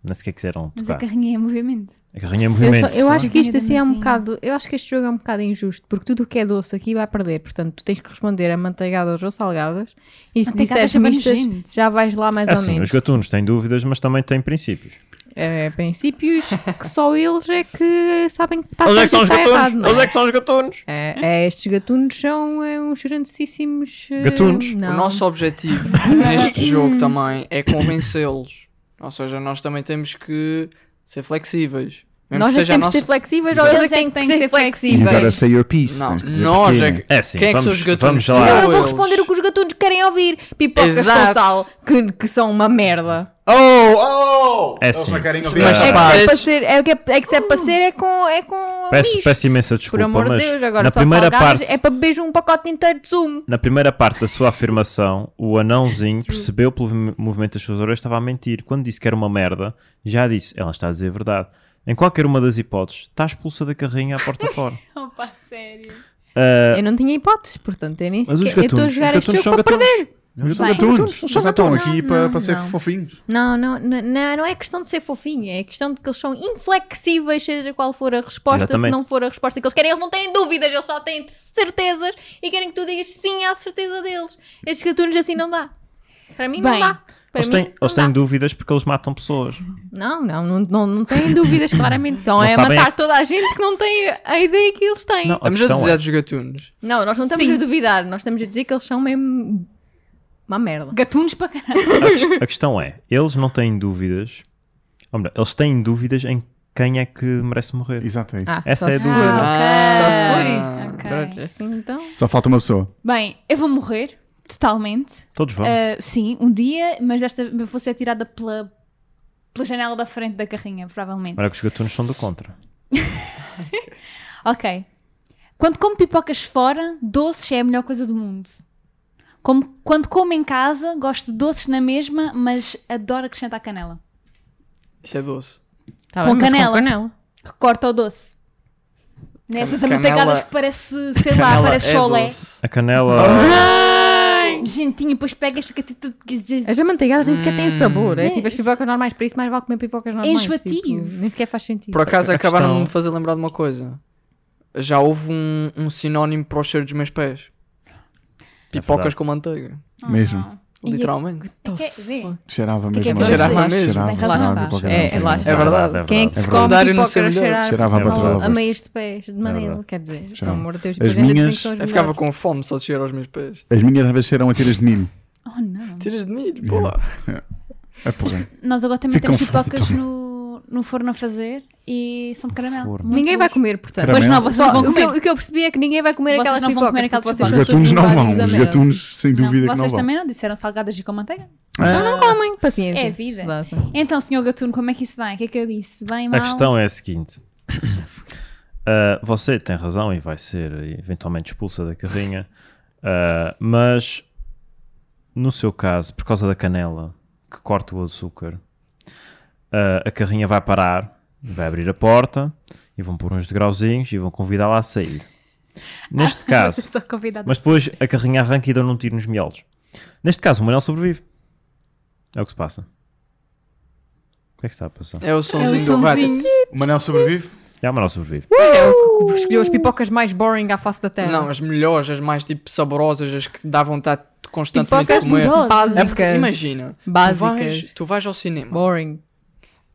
Speaker 4: nem sequer quiseram
Speaker 2: Mas
Speaker 4: tocar.
Speaker 2: a carrinha é em movimento.
Speaker 4: A carrinha em
Speaker 3: Eu,
Speaker 4: movimento.
Speaker 3: só- eu acho que isto assim é um
Speaker 2: Amendozinho.
Speaker 3: bocado. Eu acho que este jogo é um bocado injusto, porque tudo o que é doce aqui vai perder. Portanto, tu tens que responder a manteigadas ou salgadas. E se
Speaker 2: Manteigadas
Speaker 3: disseres
Speaker 2: é bem
Speaker 3: mistas,
Speaker 2: nojento.
Speaker 3: já vais lá mais
Speaker 4: É
Speaker 3: ou
Speaker 4: assim,
Speaker 3: menos.
Speaker 4: os gatunos têm dúvidas, mas também têm princípios.
Speaker 3: É, princípios que só eles é que sabem que está
Speaker 4: Eles é que
Speaker 3: certo
Speaker 4: são
Speaker 3: e
Speaker 4: os
Speaker 3: está errado.
Speaker 4: gatunos!
Speaker 3: Não?
Speaker 4: Eles
Speaker 3: é?
Speaker 4: é que são os gatunos!
Speaker 3: É, é, estes gatunos são é, uns grandíssimos. eh,
Speaker 4: Gatunos.
Speaker 3: Não.
Speaker 5: O nosso objetivo
Speaker 3: (laughs)
Speaker 5: neste jogo também é convencê-los. Ou seja, nós também temos que ser flexíveis. Mesmo
Speaker 3: Nós
Speaker 5: que
Speaker 3: é que
Speaker 5: seja a
Speaker 3: temos de ser
Speaker 5: nossa...
Speaker 3: flexíveis ou eles é que têm que ser
Speaker 1: You gotta
Speaker 3: flexíveis.
Speaker 1: say your piece.
Speaker 5: Não,
Speaker 1: tens que dizer porquê,
Speaker 5: nós é
Speaker 1: né?
Speaker 5: que-
Speaker 4: É assim,
Speaker 5: Quem é que são
Speaker 4: vamos,
Speaker 5: os gatunos?
Speaker 4: vamos
Speaker 5: Ah,
Speaker 3: Não,
Speaker 4: lá.
Speaker 3: eu
Speaker 5: eles.
Speaker 3: vou responder o que os gatunos querem ouvir. Pipocas
Speaker 5: Exato.
Speaker 3: com sal, que, que são uma merda.
Speaker 1: Oh, oh!
Speaker 4: É
Speaker 1: Eles
Speaker 4: sim.
Speaker 1: não querem ouvir.
Speaker 5: Mas
Speaker 3: É que se é
Speaker 5: sabes-
Speaker 3: para ser, é, o que é, é que se é para ser é com, é com
Speaker 4: Peço,
Speaker 3: misto.
Speaker 4: peço imensa
Speaker 3: Por
Speaker 4: desculpa,
Speaker 3: amor
Speaker 4: mas
Speaker 3: de Deus, agora
Speaker 4: na
Speaker 3: só
Speaker 4: primeira
Speaker 3: salgadas
Speaker 4: parte
Speaker 3: é para beber um pacote inteiro de sumo.
Speaker 4: Na primeira parte da sua afirmação, o anãozinho percebeu pelo mov- movimento das suas orelhas que estava a mentir. Quando disse que era uma merda, já disse, ela está a dizer a verdade. Em qualquer uma das hipóteses, está expulsa da carrinha à
Speaker 3: (laughs)
Speaker 4: porta fora.
Speaker 2: Opa, sério.
Speaker 4: É.
Speaker 3: Eu não tinha hipóteses, portanto, eu nem
Speaker 4: Mas
Speaker 3: sequer.
Speaker 4: os
Speaker 3: Eu estou a
Speaker 4: gatunos,
Speaker 3: jogar
Speaker 4: os
Speaker 3: este
Speaker 4: gatunos
Speaker 3: jogo
Speaker 4: são
Speaker 3: para
Speaker 4: gatunos.
Speaker 3: perder.
Speaker 1: Eles são
Speaker 2: Vai.
Speaker 1: gatunos. Eles já estão
Speaker 3: Não,
Speaker 1: aqui para,
Speaker 3: não,
Speaker 1: para ser
Speaker 3: não.
Speaker 1: fofinhos.
Speaker 3: Não, não, não, não, não é questão de ser fofinho, é questão de que eles são inflexíveis, seja qual for a resposta,
Speaker 4: Exatamente.
Speaker 3: se não for a resposta que eles querem, eles não têm dúvidas, eles só têm certezas e querem que tu digas sim à certeza deles. Estes gatunos assim não dá. Para mim não
Speaker 2: Bem,
Speaker 3: dá. Para
Speaker 4: Eles
Speaker 3: mim,
Speaker 4: têm,
Speaker 3: não
Speaker 4: eles têm
Speaker 3: dá.
Speaker 4: dúvidas porque eles matam pessoas.
Speaker 3: Não, não, não, não, não têm (laughs) dúvidas, claramente. Então
Speaker 4: Não
Speaker 3: é
Speaker 4: sabem-
Speaker 3: matar toda a gente que não tem a ideia que eles têm.
Speaker 4: Não,
Speaker 3: Não,
Speaker 4: a
Speaker 5: Estamos a
Speaker 4: questão
Speaker 5: dizer
Speaker 4: é,
Speaker 5: dos gatunos.
Speaker 3: nós não estamos a duvidar, nós estamos a dizer que eles são mesmo uma merda.
Speaker 2: Gatunos para caralho.
Speaker 4: a, quest- a questão é, eles não têm dúvidas, ou melhor, eles têm dúvidas em quem é que merece morrer.
Speaker 1: Exato, é isso.
Speaker 3: Ah,
Speaker 4: Essa
Speaker 3: só
Speaker 4: é a
Speaker 3: se
Speaker 4: dúvida.
Speaker 3: for-
Speaker 5: Ah,
Speaker 3: Só se for isso.
Speaker 2: ok.
Speaker 3: Pronto, assim, então.
Speaker 1: Só falta uma pessoa.
Speaker 2: Bem, eu vou morrer, totalmente.
Speaker 4: Todos
Speaker 3: É,
Speaker 4: vamos.
Speaker 2: Ah, sim, um dia, mas desta vez vou ser tirada pela, pela janela da frente da carrinha, provavelmente.
Speaker 4: Agora que os gatunos são do contra.
Speaker 2: Ok. Quando como pipocas fora, doces é a melhor coisa do mundo. Como, quando como em casa, gosto de doces na mesma, mas adoro acrescentar canela.
Speaker 5: Isso é doce.
Speaker 3: Tá
Speaker 2: Com
Speaker 3: bem, mas
Speaker 2: canela.
Speaker 3: canela.
Speaker 2: Recorta o doce. Nessas
Speaker 5: Canela-
Speaker 2: amanteigadas que parece, sei lá,
Speaker 5: Canela
Speaker 2: parece
Speaker 5: é
Speaker 2: cholé.
Speaker 5: doce.
Speaker 4: A
Speaker 5: Ah,
Speaker 4: canela... é
Speaker 2: Gentinho, depois pegas, fica tipo tudo.
Speaker 3: As amanteigadas nem sequer têm sabor. É
Speaker 2: Hum.
Speaker 3: tipo as pipocas normais, para isso mais vale comer pipocas
Speaker 2: É
Speaker 3: normais.
Speaker 2: enjoativo.
Speaker 3: tipo, nem sequer faz sentido.
Speaker 5: Por acaso
Speaker 4: A questão-
Speaker 5: acabaram de me fazer lembrar de uma coisa. Já houve um, um sinónimo para o cheiro dos meus pés.
Speaker 4: É
Speaker 5: Pipocas
Speaker 4: verdade.
Speaker 5: com manteiga.
Speaker 1: Mesmo.
Speaker 5: literalmente.
Speaker 3: What the
Speaker 2: É que- vê.
Speaker 3: fuck?
Speaker 1: Cheirava
Speaker 2: Que que é
Speaker 1: mesmo.
Speaker 2: que
Speaker 5: Cheirava
Speaker 1: Cheirava
Speaker 5: mesmo.
Speaker 1: Cheirava
Speaker 2: Tem
Speaker 1: a
Speaker 2: razão.
Speaker 1: água,
Speaker 3: Lá está.
Speaker 1: qualquer
Speaker 3: É,
Speaker 1: coisa.
Speaker 4: um
Speaker 3: lá
Speaker 5: está. É verdade.
Speaker 3: Quem é que
Speaker 4: É
Speaker 3: se
Speaker 4: verdade.
Speaker 3: come
Speaker 5: Verdade, eu não
Speaker 3: pipoca
Speaker 5: sei
Speaker 3: a
Speaker 5: melhor.
Speaker 3: cheirar
Speaker 1: Cheirava a
Speaker 4: É
Speaker 1: Batrela
Speaker 3: a
Speaker 1: Burst.
Speaker 3: meias de pés de
Speaker 4: verdade.
Speaker 3: Manelo? Quer dizer, pelo
Speaker 1: Cheirava.
Speaker 3: amor de Deus,
Speaker 1: As
Speaker 3: depois ainda dizem
Speaker 1: minhas-
Speaker 3: que são as
Speaker 5: Eu ficava
Speaker 3: melhores.
Speaker 5: com fome só de cheirar aos meus pés.
Speaker 1: As minhas às vezes cheiram a tiras de milho.
Speaker 5: É-
Speaker 2: Oh não.
Speaker 5: Tiras de milho, pô.
Speaker 1: É porra.
Speaker 2: Nós agora também
Speaker 1: Ficam
Speaker 2: temos pipocas
Speaker 1: fartos.
Speaker 2: no, no forno a fazer e são de caramelo.
Speaker 4: Forno.
Speaker 2: Muito
Speaker 3: Ninguém
Speaker 2: boas.
Speaker 3: vai comer, portanto.
Speaker 1: Caramelo.
Speaker 2: Pois não, vocês
Speaker 3: Só,
Speaker 2: não vão
Speaker 3: o, que
Speaker 2: comer.
Speaker 3: eu, o que eu percebi é que ninguém vai comer
Speaker 2: Vocês
Speaker 3: aquelas
Speaker 2: não vão
Speaker 3: pipocas.
Speaker 2: comer aquelas
Speaker 3: porque vocês
Speaker 1: Os
Speaker 3: são
Speaker 1: gatunos
Speaker 3: todos
Speaker 1: não
Speaker 3: invadidos da
Speaker 1: vão. Os
Speaker 3: merda.
Speaker 1: gatunos, sem dúvida que
Speaker 2: vocês
Speaker 1: não vão.
Speaker 2: também não disseram salgadas e com manteiga?
Speaker 3: Então não comem, paciência.
Speaker 2: É vida.
Speaker 3: Se dá, sim.
Speaker 2: Então, senhor Gatuno, como é que isso vai? O que é que eu disse? Bem, mal?
Speaker 4: A questão é a seguinte: Ah, você tem razão e vai ser eventualmente expulsa da carrinha, ah, mas no seu caso, por causa da canela que corta o açúcar, ah, a carrinha vai parar, vai abrir a porta e vão pôr uns degrauzinhos e vão convidá-la a
Speaker 3: (laughs)
Speaker 4: sair. Neste caso,
Speaker 2: (laughs) Sou convidada.
Speaker 4: mas depois a carrinha arranca e dão um tiro nos miolos. Neste caso, o Manel sobrevive. É o que se passa. O que é que está a passar?
Speaker 5: É o
Speaker 2: É o
Speaker 5: somzinho do rato.
Speaker 2: sonzinho.
Speaker 1: O Manel sobrevive?
Speaker 4: É, o Manel sobrevive.
Speaker 1: Uh!
Speaker 3: É o que escolheu as pipocas mais boring à face da terra.
Speaker 5: Não, as melhores, as mais tipo saborosas, as que dá vontade de constantemente
Speaker 3: pipocas
Speaker 5: comer.
Speaker 2: saborosas.
Speaker 3: básicas.
Speaker 5: É porque imagina, tu vais,
Speaker 3: Básicas.
Speaker 5: tu vais ao cinema,
Speaker 3: Boring.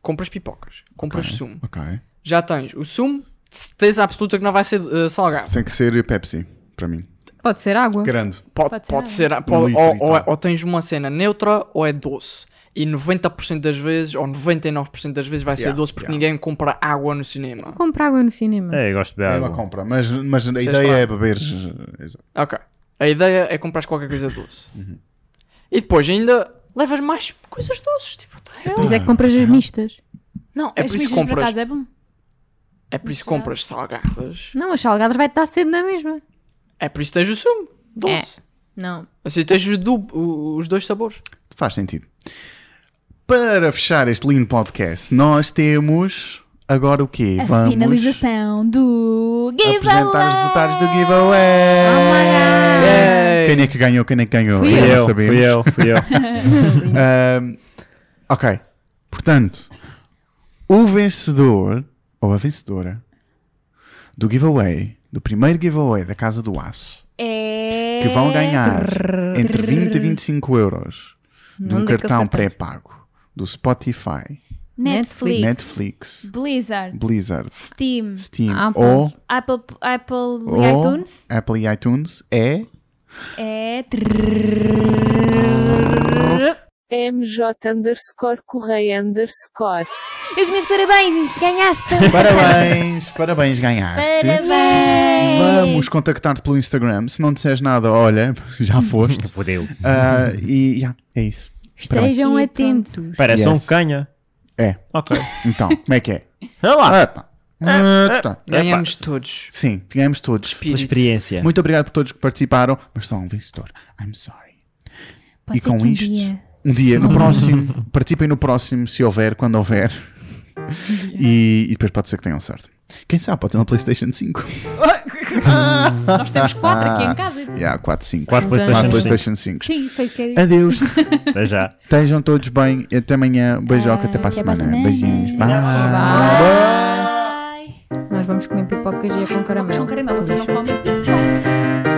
Speaker 5: compras pipocas, compras sumo,
Speaker 1: Ok.
Speaker 5: já tens o sumo, de certeza absoluta que não vai ser eh, salgado.
Speaker 1: Tem que ser Pepsi, para mim.
Speaker 3: Pode ser água.
Speaker 1: Grande.
Speaker 5: Pode,
Speaker 2: Pode ser
Speaker 5: pode
Speaker 2: água.
Speaker 5: ser, pode-
Speaker 1: litro
Speaker 5: ou,
Speaker 1: e
Speaker 5: ou, é-
Speaker 1: tal.
Speaker 5: ou tens uma cena neutra ou é doce. E 90% das vezes, ou 99% das vezes, vai ser
Speaker 1: Yeah,
Speaker 5: doce porque
Speaker 1: yeah.
Speaker 5: ninguém compra água no cinema.
Speaker 3: Compra água no cinema.
Speaker 4: É, eu gosto de beber
Speaker 1: Ela
Speaker 4: água.
Speaker 1: compra, mas, mas a
Speaker 5: Isso é
Speaker 1: ideia
Speaker 5: estranho.
Speaker 1: é beber. Exato.
Speaker 5: Ok. A ideia é comprar qualquer coisa doce.
Speaker 1: Uhum.
Speaker 5: E depois ainda levas mais coisas doces. Tipo,
Speaker 2: tá,
Speaker 5: what the hell?
Speaker 3: Mas é que compras as mistas.
Speaker 5: Não, é
Speaker 2: As
Speaker 5: por isso que
Speaker 2: mijas por
Speaker 5: compras.
Speaker 2: acaso é bom?
Speaker 5: É por isso que compras salgadas.
Speaker 3: Não, as salgadas vai estar cedo na mesma.
Speaker 5: É por isso que tens o sumo. Doce.
Speaker 3: Não.
Speaker 5: Assim tens o duplo- o- os dois sabores.
Speaker 1: Faz sentido. Para fechar este lindo podcast, nós temos agora o quê?
Speaker 2: A finalização do giveaway.
Speaker 1: apresentar os resultados do
Speaker 3: Oh
Speaker 1: giveaway.
Speaker 5: Yay!
Speaker 1: Quem é que ganhou? Quem é que ganhou?
Speaker 3: Fui
Speaker 4: Fui
Speaker 1: Ainda não
Speaker 4: eu,
Speaker 1: sabemos.
Speaker 4: fui eu, fui eu.
Speaker 1: (laughs) É.
Speaker 3: (laughs)
Speaker 1: Ahm, ok. Portanto, o vencedor ou a vencedora do giveaway, do primeiro giveaway da Casa do Aço,
Speaker 2: É...
Speaker 1: que vão ganhar entre 20 e 25 euros de um
Speaker 2: é
Speaker 3: Num daqueles
Speaker 1: cartão
Speaker 3: cartões.
Speaker 1: pré-pago do Spotify,
Speaker 2: Netflix,
Speaker 1: Netflix,
Speaker 2: Blizzard,
Speaker 1: Blizzard,
Speaker 2: Steam,
Speaker 1: Steam
Speaker 3: Apple.
Speaker 1: ou,
Speaker 2: Apple, Apple
Speaker 1: ou
Speaker 2: Ah, iTunes.
Speaker 1: Apple e iTunes
Speaker 2: (laughs)
Speaker 1: é
Speaker 2: É...
Speaker 9: MJ underscore Correia underscore.
Speaker 3: Os meus parabéns, ganhaste.
Speaker 1: É. Parabéns, parabéns, ganhaste. Vamos contactar-te pelo Instagram. Se não disseres nada, olha, já foste.
Speaker 4: (laughs) Fodeu.
Speaker 1: Ah, e yeah, é isso.
Speaker 3: Estejam
Speaker 2: E pronto.
Speaker 3: atentos.
Speaker 4: Parece
Speaker 1: Yes.
Speaker 4: um canha.
Speaker 1: É.
Speaker 4: Ok.
Speaker 1: Então, como é que é?
Speaker 4: Olha lá.
Speaker 1: Ah, tá. Ah, tá.
Speaker 5: Ganhamos todos.
Speaker 1: Sim, ganhamos todos.
Speaker 4: Pela experiência.
Speaker 1: Muito obrigado por todos que participaram, mas só um vencedor. I'm sorry.
Speaker 2: Pode
Speaker 1: e
Speaker 2: ser
Speaker 1: com
Speaker 2: que um
Speaker 1: isto,
Speaker 2: dia-
Speaker 1: um dia, no (laughs) próximo, participem no próximo, se houver, quando houver. E, e depois pode ser que tenham sorte. Quem sabe, pode ser uma PlayStation 5.
Speaker 2: Nós temos quatro aqui em casa.
Speaker 1: Yeah, 4, 5. 4
Speaker 4: 4 PlayStation cinco.
Speaker 1: PlayStation 5.
Speaker 2: Sim, foi o que é eu disse.
Speaker 1: Adeus.
Speaker 4: Até já.
Speaker 1: Estejam todos bem. e Até amanhã. Beijoca. até para a
Speaker 2: até para a
Speaker 1: semana.
Speaker 2: semana.
Speaker 1: Beijinhos. Bye.
Speaker 2: Bye.
Speaker 3: Nós vamos comer pipocas e é com
Speaker 2: Não,
Speaker 3: caramelo.
Speaker 2: mas não querem, mas vocês não comem.
Speaker 1: Não,